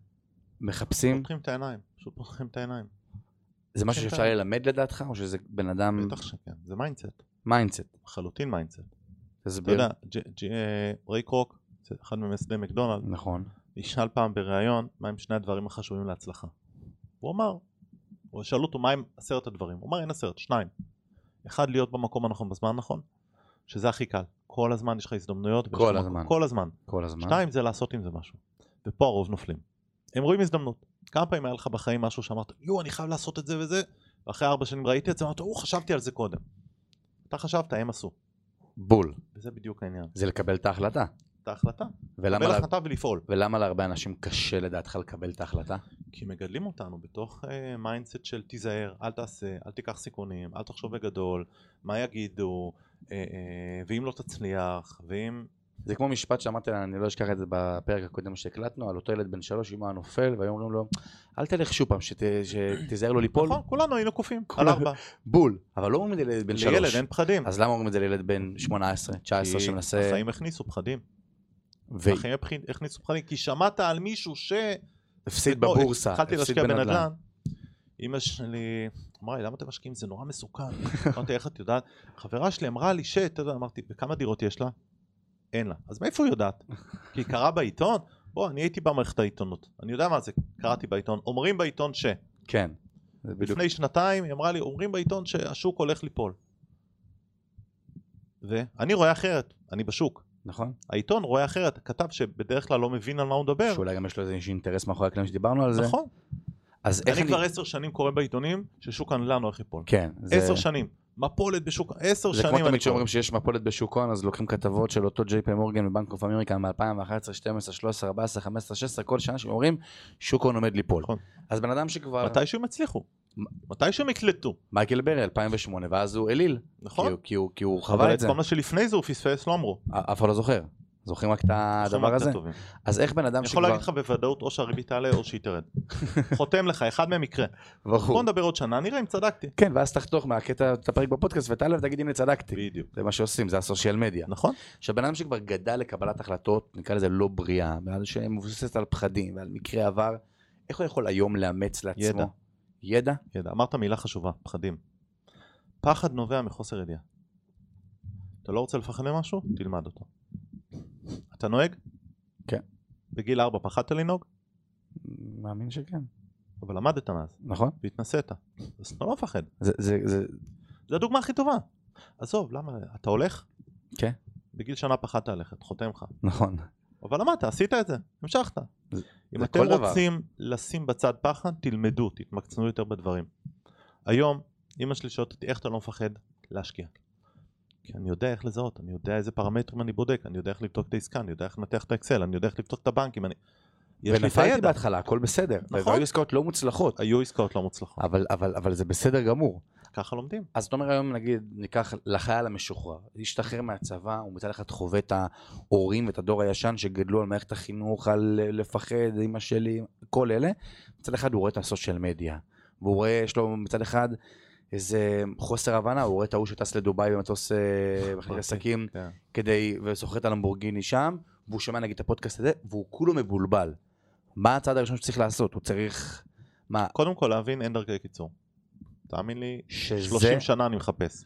מחפשים?
פותחים את העיניים פשוט פותחים את העיניים
זה משהו שאפשר ללמד לדעתך, או שזה בן אדם...
בטח שכן זה מיינדסט
מיינדסט.
לחלוטין מיינדסט אתה
תסביר.
יודע ג'- ג'- אה, ריי קרוק זה אחד ממייסדי מקדונלד
נכון.
נשאל פעם בריאיון מה הם שני הדברים החשובים להצלחה. הוא אמר, הוא שאלו אותו מה הם עשרת הדברים, הוא אמר אין עשרת, שניים. אחד להיות במקום הנכון בזמן הנכון, שזה הכי קל, כל הזמן יש לך הזדמנויות, ויש
כל
לך-
הזמן.
כל הזמן.
כל הזמן.
שניים זה לעשות עם זה משהו, ופה הרוב נופלים. הם רואים הזדמנות, כמה פעמים היה לך בחיים משהו שאמרת יואו אני חייב לעשות את זה וזה, ואחרי ארבע שנים ראיתי את זה, אמרת או חשבתי על זה קודם. אתה חשבת, הם עשו,
בול.
וזה בדיוק העניין,
זה לקבל את ההחלטה.
את ההחלטה,
ולמה
קבל
לה-
החלטה ולפעול.
ולמה להרבה אנשים קשה לדעתך לקבל את ההחלטה?
כי מגדלים אותנו בתוך uh, מיינדסט של תיזהר, אל תעשה, אל תיקח סיכונים, אל תחשוב בגדול, מה יגידו, uh, uh, ואם לא תצליח, ואם...
זה כמו משפט שאמרתי לה, אני לא אשכח את זה בפרק הקודם שהקלטנו, על אותו ילד בן שלוש, אם הוא היה נופל, והיו אומרים לו, אל תלך שוב פעם, שת- שתיזהר לו ליפול.
נכון, כולנו היינו קופים,
כל-
על ארבע.
בול. אבל לא אומרים את זה לילד בן
לילד
שלוש.
אין פחדים.
אז למה אומרים את זה לילד בן 18, 19
כי
שמנסה...
החיים הכניסו פחדים.
ו-
החיים הבחין- הכניסו פחדים, כי שמעת על מישהו ש...
הפסיד
כמו,
בבורסה,
התחלתי
הפסיד
להשקיע בנדל"ן. אמא שלי אמרה לי, למה אתם משקיעים? זה נורא מסוכן. אמרתי, איך את יודעת? חברה שלי אמרה לי ש... אתה יודע, אמרתי, וכמה דירות יש לה? אין לה. אז מאיפה היא יודעת? כי היא קראה בעיתון? בוא, אני הייתי במערכת העיתונות. אני יודע מה זה, קראתי בעיתון. אומרים בעיתון ש...
כן. זה בדיוק.
לפני שנתיים היא אמרה לי, אומרים בעיתון שהשוק הולך ליפול. ואני רואה אחרת, אני בשוק.
נכון?
העיתון רואה אחרת, כתב שבדרך כלל לא מבין על מה הוא מדבר.
שאולי גם יש לו איזה אינטרס מאחורי הקלעים שדיברנו על זה.
נכון.
אז איך
אני
אני...
כבר עשר שנים קורא בעיתונים ששוק הנדל"ן הולך ליפול.
כן. זה-
עשר שנים. מפולת בשוק, עשר
זה
שנים
כמו
אני
תמיד
קורא.
שאומרים שיש מפולת בשוק הון, אז לוקחים כתבות של אותו ג'יי פי מורגן ובנק אוף אמריקה מ-2011, 12, 13, 14, 15, 16, כל שנה שאומרים שוק ההון עומד ליפול.
נכון.
אז בן אדם שכבר...
מתישהו הם יצליחו. מתי שהם יקלטו,
מייקל ברי 2008, ואז הוא אליל, כי
נכון?
הוא- כי הוא- כי הוא
אבל
חווה את זה,
כל מה שלפני זה הוא פספס, לא אמרו.
אף אחד לא זוכר, זוכרים רק את
חומר
הדבר הזה?
טובים.
אז איך בן אדם
אני יכול
שכבר,
להגיד לך בוודאות או שהריבית תעלה או שהיא תרד. חותם לך, אחד מהם יקרה. בוא
ברור,
נדבר עוד שנה, נראה אם צדקתי.
כן, ואז תחתוך מהקטע, את הפרק בפודקאסט ותעלה ותגיד הנה צדקתי,
בדיוק.
זה מה שעושים, זה הסושיאל מדיה.
נכון?
עכשיו, בן אדם שכבר גדל לקבלת החלטות, נקרא לזה לא בריאה, בן אדם שמבוססת על פחדים ועל מקרי עבר, איך הוא יכול היום לאמץ לעצמו?
ידע.
ידע?
ידע. אמרת מילה חשובה, פחדים. פחד נובע מחוסר ידיעה. אתה לא רוצה לפחד ממשהו? תלמד אותו. אתה נוהג?
כן.
בגיל 4 פחדת לנהוג?
מאמין שכן.
אבל למדת מאז,
נכון?
והתנסית. אז אתה לא מפחד.
זה, זה, זה,
זו הדוגמה הכי טובה. עזוב, למה? אתה הולך?
כן.
בגיל שנה פחדת ללכת, חותם לך.
נכון.
אבל למדת, עשית את זה, המשכת.
זה-
אם
זה
אתם
כל דבר.
רוצים לשים בצד פחד, תלמדו, תתמקצעו יותר בדברים. היום, אמא שלי שואלת אותי, איך אתה לא מפחד להשקיע? כי אני יודע איך לזהות, אני יודע איזה פרמטרים אני בודק, אני יודע איך לבדוק את העסקה, אני יודע איך לנתח את האקסל, אני יודע איך לבדוק את הבנקים, אני... יש לי את
ונפלתי
הידע.
בהתחלה, הכל בסדר.
נכון.
והיו עסקאות לא מוצלחות,
היו עסקאות לא מוצלחות,
אבל, אבל, אבל זה בסדר גמור.
ככה לומדים.
אז אתה אומר היום, נגיד, ניקח לחייל המשוחרר, השתחרר מהצבא, הוא מצד אחד חווה את ההורים ואת הדור הישן שגדלו על מערכת החינוך, על אה, לפחד, אמא שלי, כל אלה. מצד אחד הוא רואה את הסושיאל מדיה, והוא רואה, יש לו מצד אחד איזה חוסר הבנה, הוא רואה את ההוא שטס לדובאי במטוס אה, בחלק עסקים
כן.
כדי, וסוחר את הלמבורגיני שם, והוא שומע נגיד את הפודקאסט הזה, והוא כולו מבולבל. מה הצעד הראשון שצריך לעשות? הוא צריך... מה?
קודם כל להבין, אין דרכי קיצור. תאמין לי,
שזה...
30 שנה אני מחפש.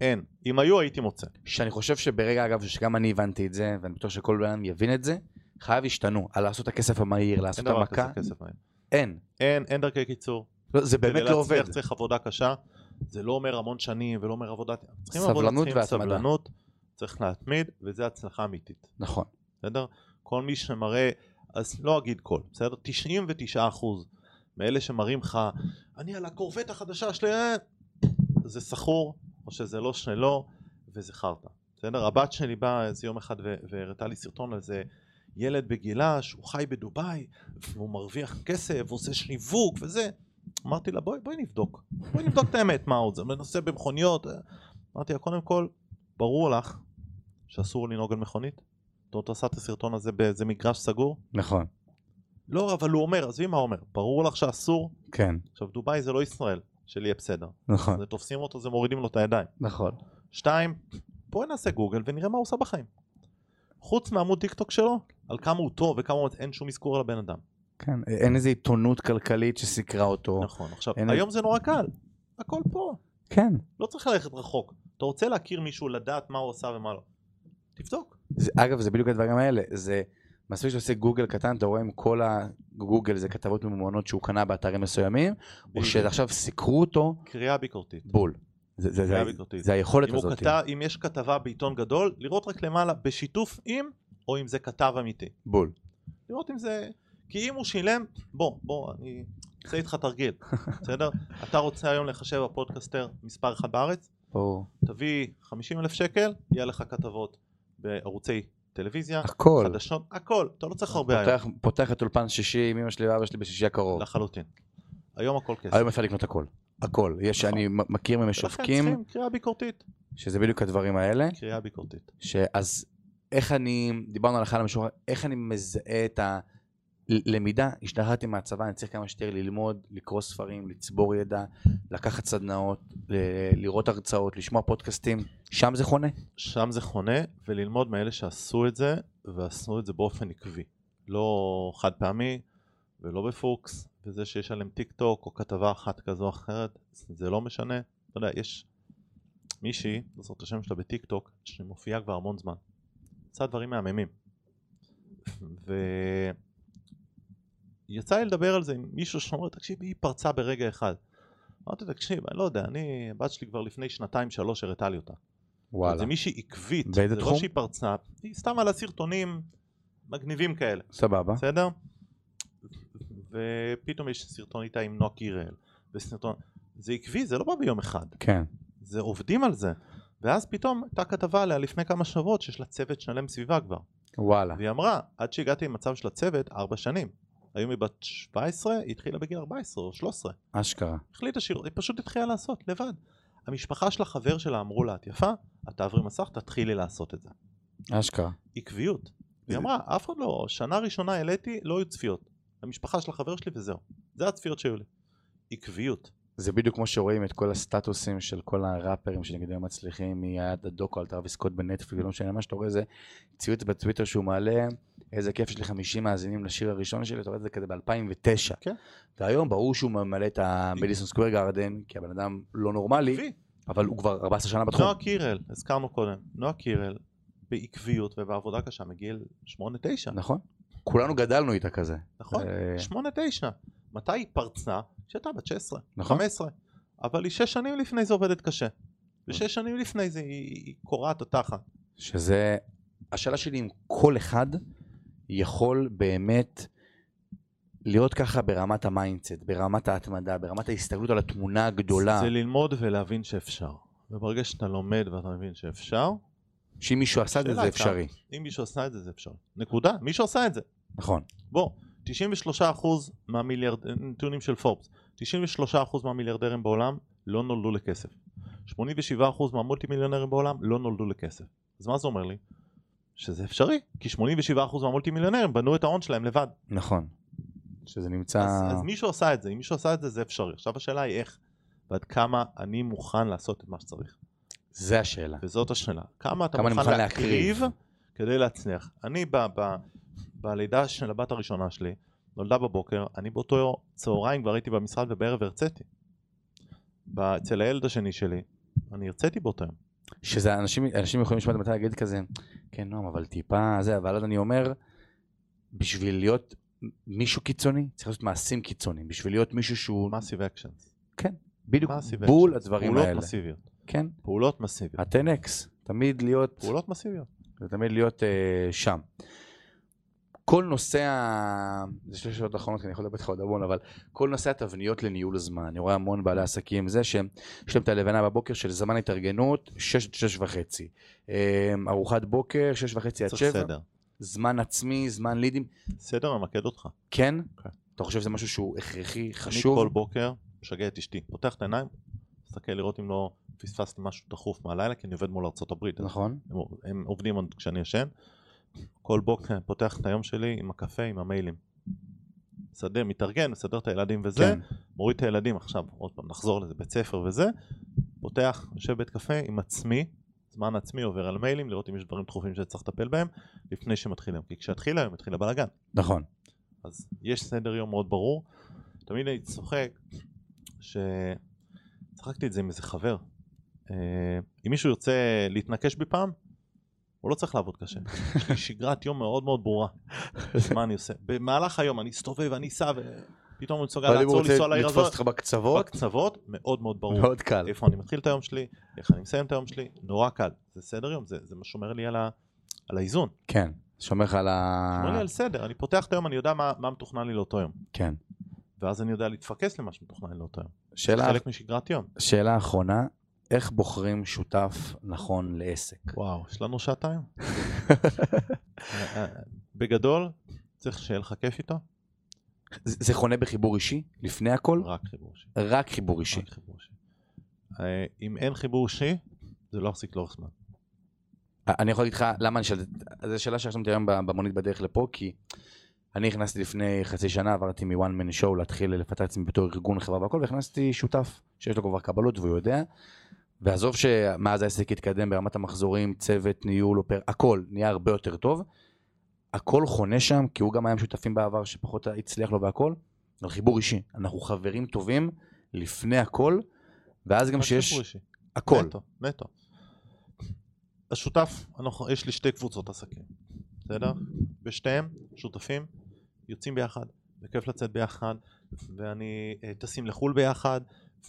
אין. אם היו, הייתי מוצא.
שאני חושב שברגע, אגב, שגם אני הבנתי את זה, ואני בטוח שכל בן אדם יבין את זה, חייב ישתנו, על לעשות את הכסף המהיר, לעשות
אין
את
דבר
המכה,
כזה כסף מהר.
אין.
אין, אין דרכי קיצור.
לא, זה באמת לא
כדי
עובד.
להצליח צריך עבודה קשה, זה לא אומר המון שנים ולא אומר עבודה, צריכים
סבלנות
עבודה, צריכים
והתמדה.
סבלנות, צריך להתמיד, וזה הצלחה אמיתית,
נכון.
בסדר? כל מי שמראה, אז לא אגיד כל, בסדר? 99 אחוז מאלה שמראים לך, אני על הקורבט החדשה שלי, אה", זה סחור, או שזה לא שלו, וזה חרטא, בסדר? הבת שלי באה איזה יום אחד ו- והראתה לי סרטון על איזה ילד בגילה שהוא חי בדובאי, והוא מרוויח כסף, ועושה שיווק וזה. אמרתי לה, בואי, בואי נבדוק. בואי נבדוק את האמת, מה עוד זה, נוסע במכוניות. אה." אמרתי לה, קודם כל, ברור לך שאסור לנהוג על מכונית? זאת עושה את הסרטון הזה באיזה מגרש סגור?
נכון.
לא, אבל הוא אומר, עזבי מה הוא אומר, ברור לך שאסור?
כן.
עכשיו, דובאי זה לא ישראל, שלי יהיה בסדר.
נכון.
זה תופסים אותו, זה מורידים לו את הידיים.
נכון.
שתיים, בואי נעשה גוגל ונראה מה הוא עושה בחיים. חוץ מעמוד טיק טוק שלו, על כמה הוא טוב וכמה הוא... אין שום אזכור על הבן אדם.
כן. אין איזו עיתונות כלכלית שסיקרה אותו.
נכון, עכשיו,
אין-
היום זה נורא קל, הכל פה.
כן.
לא צריך ללכת רחוק. אתה רוצה להכיר מישהו, לדעת מה הוא עשה ומה לא. תבדוק.
זה, אגב, זה בדיוק הדברים האלה. זה מספיק שאתה עושה גוגל קטן, אתה רואה אם כל הגוגל זה כתבות ממומנות שהוא קנה באתרים מסוימים, או שעכשיו סיקרו אותו
קריאה ביקורתית.
בול. זה, זה, זה,
קריאה ביקורתית.
זה היכולת
אם, הוא
הזאת.
כתב, אם יש כתבה בעיתון גדול, לראות רק למעלה בשיתוף עם, או אם זה כתב אמיתי.
בול.
לראות אם זה... כי אם הוא שילם, בוא, בוא, אני אעשה איתך תרגיל, בסדר? אתה רוצה היום לחשב הפודקאסטר מספר אחד בארץ,
ברור.
תביא 50 אלף שקל, יהיה לך כתבות בערוצי טלוויזיה,
הכל.
חדשות, הכל, אתה לא צריך הרבה היום,
פותח, פותח את אולפן שישי עם אמא שלי ואבא שלי בשישי הקרוב.
לחלוטין. היום הכל כסף.
היום אפשר לקנות הכל. הכל. יש,
נכון.
אני מ- מכיר
ולכן
ממשווקים,
צריכים קריאה ביקורתית.
שזה בדיוק הדברים האלה,
קריאה ביקורתית.
שאז איך אני, דיברנו על החייל המשוחרר, איך אני מזהה את הלמידה, השתחררתי מהצבא, אני צריך כמה שיותר ללמוד, לקרוא ספרים, לצבור ידע, לקחת סדנאות, ל- לראות הרצאות, לשמוע פודקאסטים, שם זה חונה?
שם זה חונה, וללמוד מאלה שעשו את זה, ועשו את זה באופן עקבי. לא חד פעמי, ולא בפוקס, וזה שיש עליהם טיק טוק, או כתבה אחת כזו או אחרת, זה לא משנה. אתה יודע, יש מישהי, לא זוכר את השם שלה בטיק טוק, שמופיעה כבר המון זמן. עושה דברים מהממים. ויצא לי לדבר על זה עם מישהו שאומר, תקשיב, היא פרצה ברגע אחד. אמרתי, תקשיב, אני לא יודע, אני, הבת שלי כבר לפני שנתיים, שלוש, הראתה לי אותה. זה מישהי עקבית,
באיזה
זה
תחום?
לא שהיא פרצה, היא סתם על הסרטונים מגניבים כאלה,
סבבה.
בסדר? ופתאום יש סרטון איתה עם נועה קירל, וסרטון, זה עקבי, זה לא בא ביום אחד,
כן.
זה עובדים על זה. ואז פתאום הייתה כתבה עליה לפני כמה שבועות שיש לה צוות שלם סביבה כבר.
וואלה.
והיא אמרה, עד שהגעתי למצב של הצוות, ארבע שנים. היום היא בת 17, היא התחילה בגיל 14 או 13.
אשכרה.
החליטה שהיא היא פשוט התחילה לעשות, לבד. המשפחה של החבר שלה אמרו לה, את יפה, את תעברי מסך, תתחילי לעשות את זה.
אשכרה.
עקביות. היא אמרה, אף אחד לא, שנה ראשונה העליתי, לא היו צפיות. המשפחה של החבר שלי וזהו. זה הצפיות שהיו לי. עקביות.
זה בדיוק כמו שרואים את כל הסטטוסים של כל הראפרים שנגיד הם מצליחים, היה את הדוקו על טרוויס סקוט בנטפליקס, לא משנה מה שאתה רואה זה ציוץ בטוויטר שהוא מעלה, איזה כיף יש לי 50 מאזינים לשיר הראשון שלי, אתה רואה את זה כזה ב-2009.
כן.
והיום ברור שהוא ממלא את המדיסון סקוויר גארדן, כי הבן אדם לא נורמלי,
עקבי.
אבל הוא כבר 14 שנה בתחום.
נועה קירל, הזכרנו קודם. נועה קירל, בעקביות ובעבודה קשה מגיל 8-9.
נכון. כולנו גדלנו איתה כזה.
נכון?
אה,
8-9. מתי היא פרצה? כשהייתה בת 16,
נכון.
15. אבל היא 6 שנים לפני זה עובדת קשה.
נכון.
ושש שנים לפני זה היא היא קורעת התחת.
שזה, השאלה שלי אם כל אחד יכול באמת להיות ככה ברמת המיינדסט, ברמת ההתמדה, ברמת ההסתכלות על התמונה הגדולה,
זה ללמוד ולהבין שאפשר. וברגע שאתה לומד ואתה מבין שאפשר,
שאם מישהו עשה את זה,
שאלה
זה
הייתה.
אפשרי.
אם מישהו עשה את זה, זה אפשרי. נקודה. מישהו עשה את זה.
נכון.
בוא, 93% מהמיליארד... נתונים של פורבס, 93% מהמיליארדרים בעולם לא נולדו לכסף. 87% מהמולטי מיליונרים בעולם לא נולדו לכסף. אז מה זה אומר לי? שזה אפשרי, כי 87% מהמולטי מיליונרים בנו את ההון שלהם לבד.
נכון. שזה נמצא...
אז, אז מישהו עשה את זה, אם מישהו עשה את זה זה אפשרי. עכשיו השאלה היא איך ועד כמה אני מוכן לעשות את מה שצריך.
זה השאלה.
וזאת השאלה. כמה אתה
כמה
מוכן,
אני מוכן להקריב?
כדי להצליח. אני ב, ב, בלידה של הבת הראשונה שלי, נולדה בבוקר, אני באותו צהריים כבר הייתי במשרד ובערב הרציתי. ב- אצל הילד השני שלי, אני הרציתי באותו יום.
שזה אנשים, אנשים יכולים לשמוע את המתי להגיד כזה, כן נועם אבל טיפה זה, אבל אז אני אומר, בשביל להיות מישהו קיצוני, צריך לעשות מעשים קיצוניים, בשביל להיות מישהו שהוא כן,
מאסיב אקשנס.
בדיוק
מאסיב
בול הדברים
פעולות
האלה.
מסיביות.
כן.
פעולות מסיביות.
הטנקס, תמיד להיות,
פעולות מסיביות.
זה תמיד להיות אה, שם. כל נושא ה... זה שתי שאלות אחרונות, כי אני יכול לדבר איתך עוד המון, אבל כל נושא התבניות לניהול זמן, אני רואה המון בעלי עסקים, זה שהם, יש להם את הלבנה בבוקר של זמן התארגנות, שש עד שש וחצי. אה, ארוחת בוקר, שש וחצי עד
צריך
שבע.
סדר.
זמן עצמי, זמן לידים.
סדר ממקד אותך.
כן?
כן.
אתה חושב שזה משהו שהוא הכרחי,
אני
חשוב?
כל בוקר משגע את אשתי. פותח את העיניים, מסתכל לראות אם לא פספסתי משהו דחוף מהלילה, כי אני עובד מול ארצות הברית.
נכון.
הם, הם עובדים עוד כשאני ישן. כל בוקר אני פותח את היום שלי עם הקפה, עם המיילים. מסדר, מתארגן, מסדר את הילדים וזה,
כן.
כן. מוריד את הילדים עכשיו, עוד פעם, נחזור לזה, בית ספר וזה, פותח, יושב בית קפה עם עצמי, זמן עצמי עובר על מיילים, לראות אם יש דברים דחופים שצריך לטפל בהם, לפני שמתחילים, כי כשהתחיל היום התחיל הבלאגן.
נכון.
אז יש סדר יום מאוד ברור. תמיד אני צוחק, ש... צחקתי את זה עם איזה חבר. אה, אם מישהו ירצה להתנקש בי פעם, הוא לא צריך לעבוד קשה. יש לי שגרת יום מאוד מאוד ברורה. מה אני עושה? במהלך היום אני אסתובב, אני אסע, ופתאום אני מסוגל
אבל אם הוא
לעצור,
רוצה
לנסוע לעיר
לתפוס לא.
הזאת.
אותך בקצוות,
בקצוות, אה. מאוד מאוד ברור.
מאוד קל.
איפה אני מתחיל את היום שלי, איך אני מסיים את היום שלי, נורא קל. זה סדר יום, זה, זה מה שומר לי על, ה, על האיזון.
כן. שומר לך על ה...
שומר לי על סדר, אני פותח את היום, אני יודע מה, מה מתוכנן לי לאותו יום.
כן.
ואז אני יודע להתפקס למה שמתוכנן לאותו יום. זה
שאלה,
חלק משגרת יום.
שאלה אחרונה, איך בוחרים שותף נכון לעסק?
וואו, יש לנו שעתיים? אה, אה, בגדול, צריך שיהיה לך כיף איתו,
זה זה חונה בחיבור אישי, לפני הכל,
רק חיבור אישי.
רק חיבור אישי.
רק חיבור אישי. אה, אם אין חיבור אישי, זה לא יחזיק לאורך זמן.
אני יכול להגיד לך למה אני שאלתי, זו שאלה שרשמתי היום במונית בדרך לפה, כי אני נכנסתי לפני חצי שנה, עברתי מוואן מן שואו להתחיל לפתח את עצמי בתור ארגון חברה והכל, והכנסתי שותף שיש לו כבר קבלות והוא יודע, ועזוב שמאז העסק התקדם ברמת המחזורים, צוות, ניהול, אופר, הכל נהיה הרבה יותר טוב, הכל חונה שם, כי הוא גם היה עם שותפים בעבר שפחות הצליח לו והכל, אבל חיבור אישי, אנחנו חברים טובים לפני הכל, ואז גם
רק חיבור
שיש
אישי.
הכל,
נטו, נטו. השותף, אנחנו, יש לי שתי קבוצות עסקים, בסדר? ושתיהם שותפים, יוצאים ביחד, וכיף לצאת ביחד, ואני אה, טסים לחו"ל ביחד,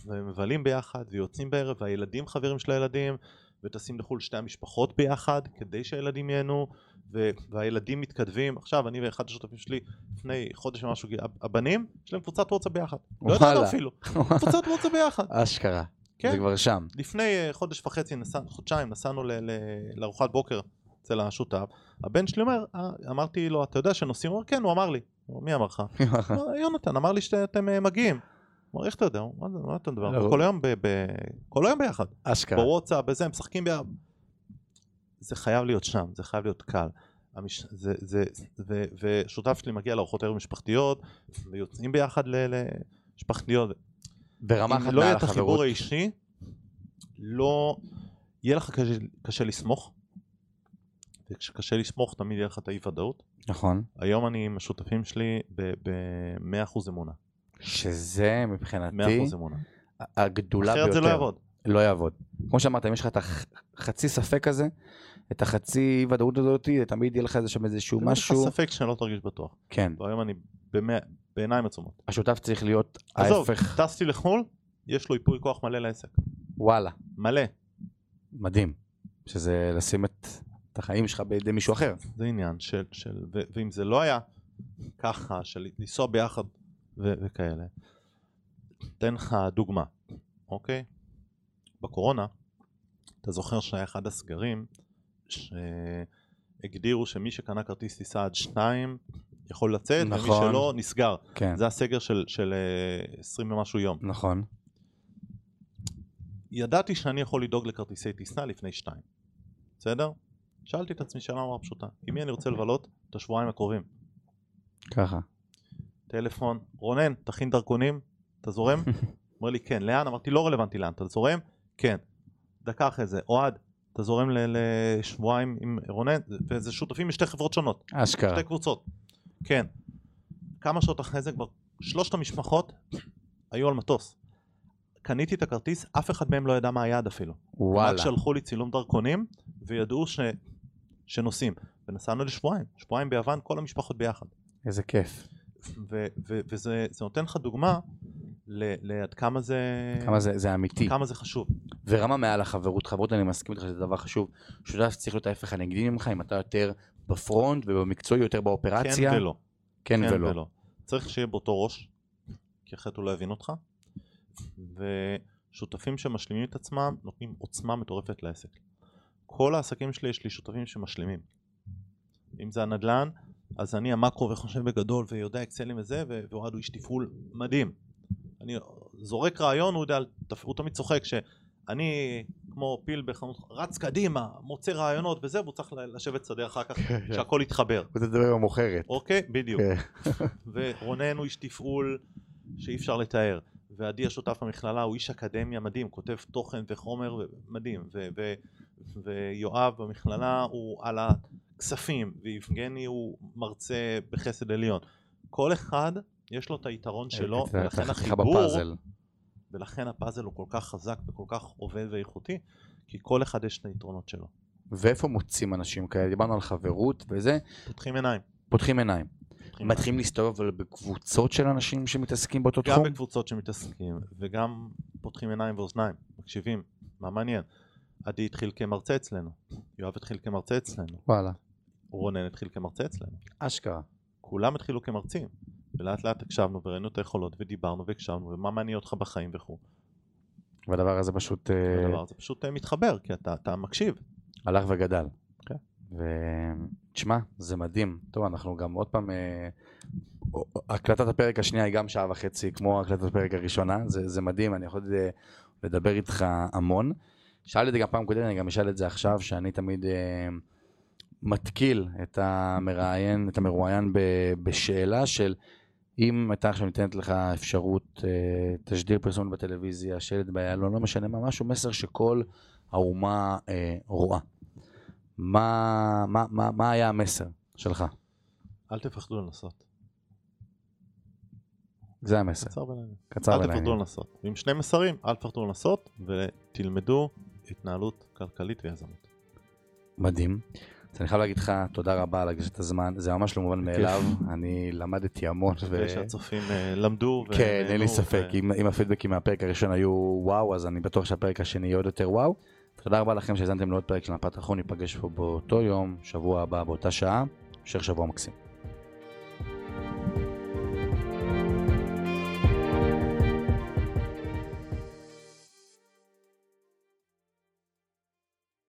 ומבלים ביחד, ויוצאים בערב, והילדים חברים של הילדים, וטסים לחו"ל שתי המשפחות ביחד, כדי שהילדים ייהנו, ו- והילדים מתכתבים. עכשיו, אני ואחד השותפים שלי, לפני חודש ומשהו, הבנים, יש להם קבוצת וואטסאפ ביחד. לא ידענו
וואלה.
אפילו, קבוצת וואטסאפ ביחד.
אשכרה,
כן.
זה כבר שם.
לפני אה, חודש וחצי, נסע, חודשיים, נסענו ל- ל- לארוחת בוקר אצל השותף, הבן שלי אומר, "אה, אמרתי לו, אתה יודע שנוסעים? הוא אומר, כן, הוא אמר לי. הוא אומר, מי אמר לך? הוא אומר, יונתן אמר לי שאתם אה, מגיעים. הוא אומר, איך אתה יודע? הוא אומר, מה מה אתה מדבר?
לא. כן.
כל היום ב- ב- כל היום ביחד.
אשכרה.
בוואטסאפ, בזה, הם משחקים ביחד. זה חייב להיות שם, זה חייב להיות קל. המש... זה, זה, ו, ושותף שלי מגיע לארוחות ערב משפחתיות, ויוצאים ביחד ל- למשפחתיות.
ברמה
אם
אחת
לא יהיה
מעל
את החיבור
החברות.
האישי, לא... יהיה לך קשה, קשה לסמוך, וכשקשה לסמוך תמיד יהיה לך את האי ודאות.
נכון.
היום אני עם השותפים שלי ב-100% אמונה. 100%
שזה מבחינתי
אמונה.
הגדולה ביותר.
אחרת זה לא יעבוד.
לא יעבוד. כמו שאמרת, אם יש לך את החצי ספק הזה, את החצי ודאות הזאת, תמיד יהיה לך איזה שם איזשהו
תמיד יש
משהו.
לך ספק שלא תרגיש בטוח.
כן.
והיום אני במאה- בעיניים עצומות.
השותף צריך להיות
עזוב,
ההפך.
טסתי לחו"ל, יש לו ייפוי כוח מלא לעסק.
וואלה,
מלא.
מדהים. שזה לשים את את החיים שלך בידי מישהו אחר.
זה עניין של, של ו, ואם זה לא היה ככה, של לנסוע ביחד ו, וכאלה. אתן לך דוגמה, אוקיי? בקורונה, אתה זוכר שהיה אחד הסגרים שהגדירו שמי שקנה כרטיס טיסה עד שניים יכול לצאת, ומי
נכון.
שלא נסגר.
כן,
זה הסגר של, של אה, 20 ומשהו יום.
נכון.
ידעתי שאני יכול לדאוג לכרטיסי טיסה לפני שתיים, בסדר? שאלתי את עצמי שאלה נורא פשוטה, עם מי אני רוצה לבלות את השבועיים הקרובים?
ככה.
טלפון, רונן, תכין דרכונים, אתה זורם? אומר לי כן, לאן? אמרתי לא רלוונטי לאן, אתה זורם? כן. דקה אחרי זה, אוהד, אתה זורם ל- לשבועיים עם רונן? וזה שותפים משתי חברות שונות,
אשכרה.
שתי קבוצות. כן. כמה שעות אחרי זה כבר שלושת המשפחות היו על מטוס. קניתי את הכרטיס, אף אחד מהם לא ידע מה היעד אפילו. רק
וואלה.
שלחו לי צילום דרכונים וידעו ש... שנוסעים. ונסענו לשבועיים, שבועיים ביוון, כל המשפחות ביחד.
איזה כיף.
ו- ו- וזה זה נותן לך דוגמה ל- לעד כמה זה...
כמה זה זה אמיתי.
כמה זה חשוב. כן
ורמה מעל החברות, חברות אני מסכים איתך שזה דבר חשוב. שותף צריך להיות ההפך הנגדי ממך, אם אתה יותר בפרונט ובמקצועי יותר
כן
באופרציה.
ולא.
כן
כן
ולא.
ולא. צריך שיהיה באותו ראש, כי אחרת הוא לא יבין אותך. ושותפים שמשלימים את עצמם נותנים עוצמה מטורפת לעסק. כל העסקים שלי יש לי שותפים שמשלימים. אם זה הנדל"ן, אז אני המקרו וחושב בגדול ויודע אקסלים וזה, ו- ואוהד הוא איש תפעול מדהים. אני זורק רעיון, הוא, יודע, על תפ- הוא תמיד צוחק שאני כמו פיל בחנות, רץ קדימה, מוצא רעיונות וזה, והוא צריך ל- לשבת שדה אחר
כן.
כך, שהכל יתחבר.
זה דבר עם המוכרת.
אוקיי? בדיוק.
כן.
ורונן הוא איש תפעול שאי אפשר לתאר. ועדי השותף במכללה הוא איש אקדמיה מדהים, כותב תוכן וחומר ו- מדהים. ו- ו- ויואב במכללה הוא על הכספים, ויבגני הוא מרצה בחסד עליון. כל אחד יש לו את היתרון
אה,
שלו,
אתה- אתה
ולכן
חתיכה
החיבור,
בפאזל.
ולכן הפאזל הוא כל כך חזק וכל כך עובד ואיכותי, כי כל אחד יש את היתרונות שלו.
ואיפה מוצאים אנשים כאלה? דיברנו על חברות וזה,
פותחים עיניים.
פותחים עיניים.
פותחים עיניים.
מתחילים להסתובב אבל בקבוצות של אנשים שמתעסקים באותו
גם
תחום?
בקבוצות שמתעסקים וגם פותחים עיניים ואוזניים, מקשיבים, מה מעניין. עדי התחיל כמרצה אצלנו, יואב התחיל כמרצה אצלנו,
וואלה.
רונן התחיל כמרצה אצלנו,
אשכרה.
כולם התחילו כמרצים, ולאט לאט הקשבנו וראינו את היכולות ודיברנו והקשבנו ומה מעניין אותך בחיים וכו'.
והדבר הזה פשוט אה,
הדבר הזה פשוט אה, מתחבר, כי אתה, אתה מקשיב.
הלך וגדל.
כן.
ותשמע, זה מדהים. טוב, אנחנו גם עוד פעם... אה, הקלטת הפרק השנייה היא גם שעה וחצי, כמו הקלטת הפרק הראשונה. זה, זה מדהים, אני יכול אה, לדבר איתך המון. שאלתי את זה גם פעם קודמת, אני גם אשאל את זה עכשיו, שאני תמיד אה, מתקיל את המראיין, את המרואיין ב, בשאלה של אם הייתה עכשיו ניתנת לך אפשרות, אה, תשדיר פרסומת בטלוויזיה, שלט באיילון, לא משנה מה, משהו, מסר שכל האומה אה, רואה. מה, מה, מה, מה היה המסר שלך?
אל תפחדו לנסות.
זה המסר,
קצר ולעניין.
קצר
אל תפחדו
ולעניין.
לנסות. ועם שני מסרים, אל תפחדו לנסות ותלמדו התנהלות כלכלית ויזמות.
מדהים. אז אני חייב להגיד לך תודה רבה על הגשת הזמן, זה ממש לא מובן מאליו, אני למדתי המון. ו-
מקווה שהצופים אה, למדו.
כן, אין לי
ונהנו,
ספק,
ו-
אם אם הפידבקים מהפרק הראשון היו וואו, אז אני בטוח שהפרק השני יהיה עוד יותר וואו. תודה רבה לכם שהאזנתם לעוד פרק של מפת החון, ניפגש פה באותו יום, שבוע הבא, באותה שעה, המשך שבוע מקסים.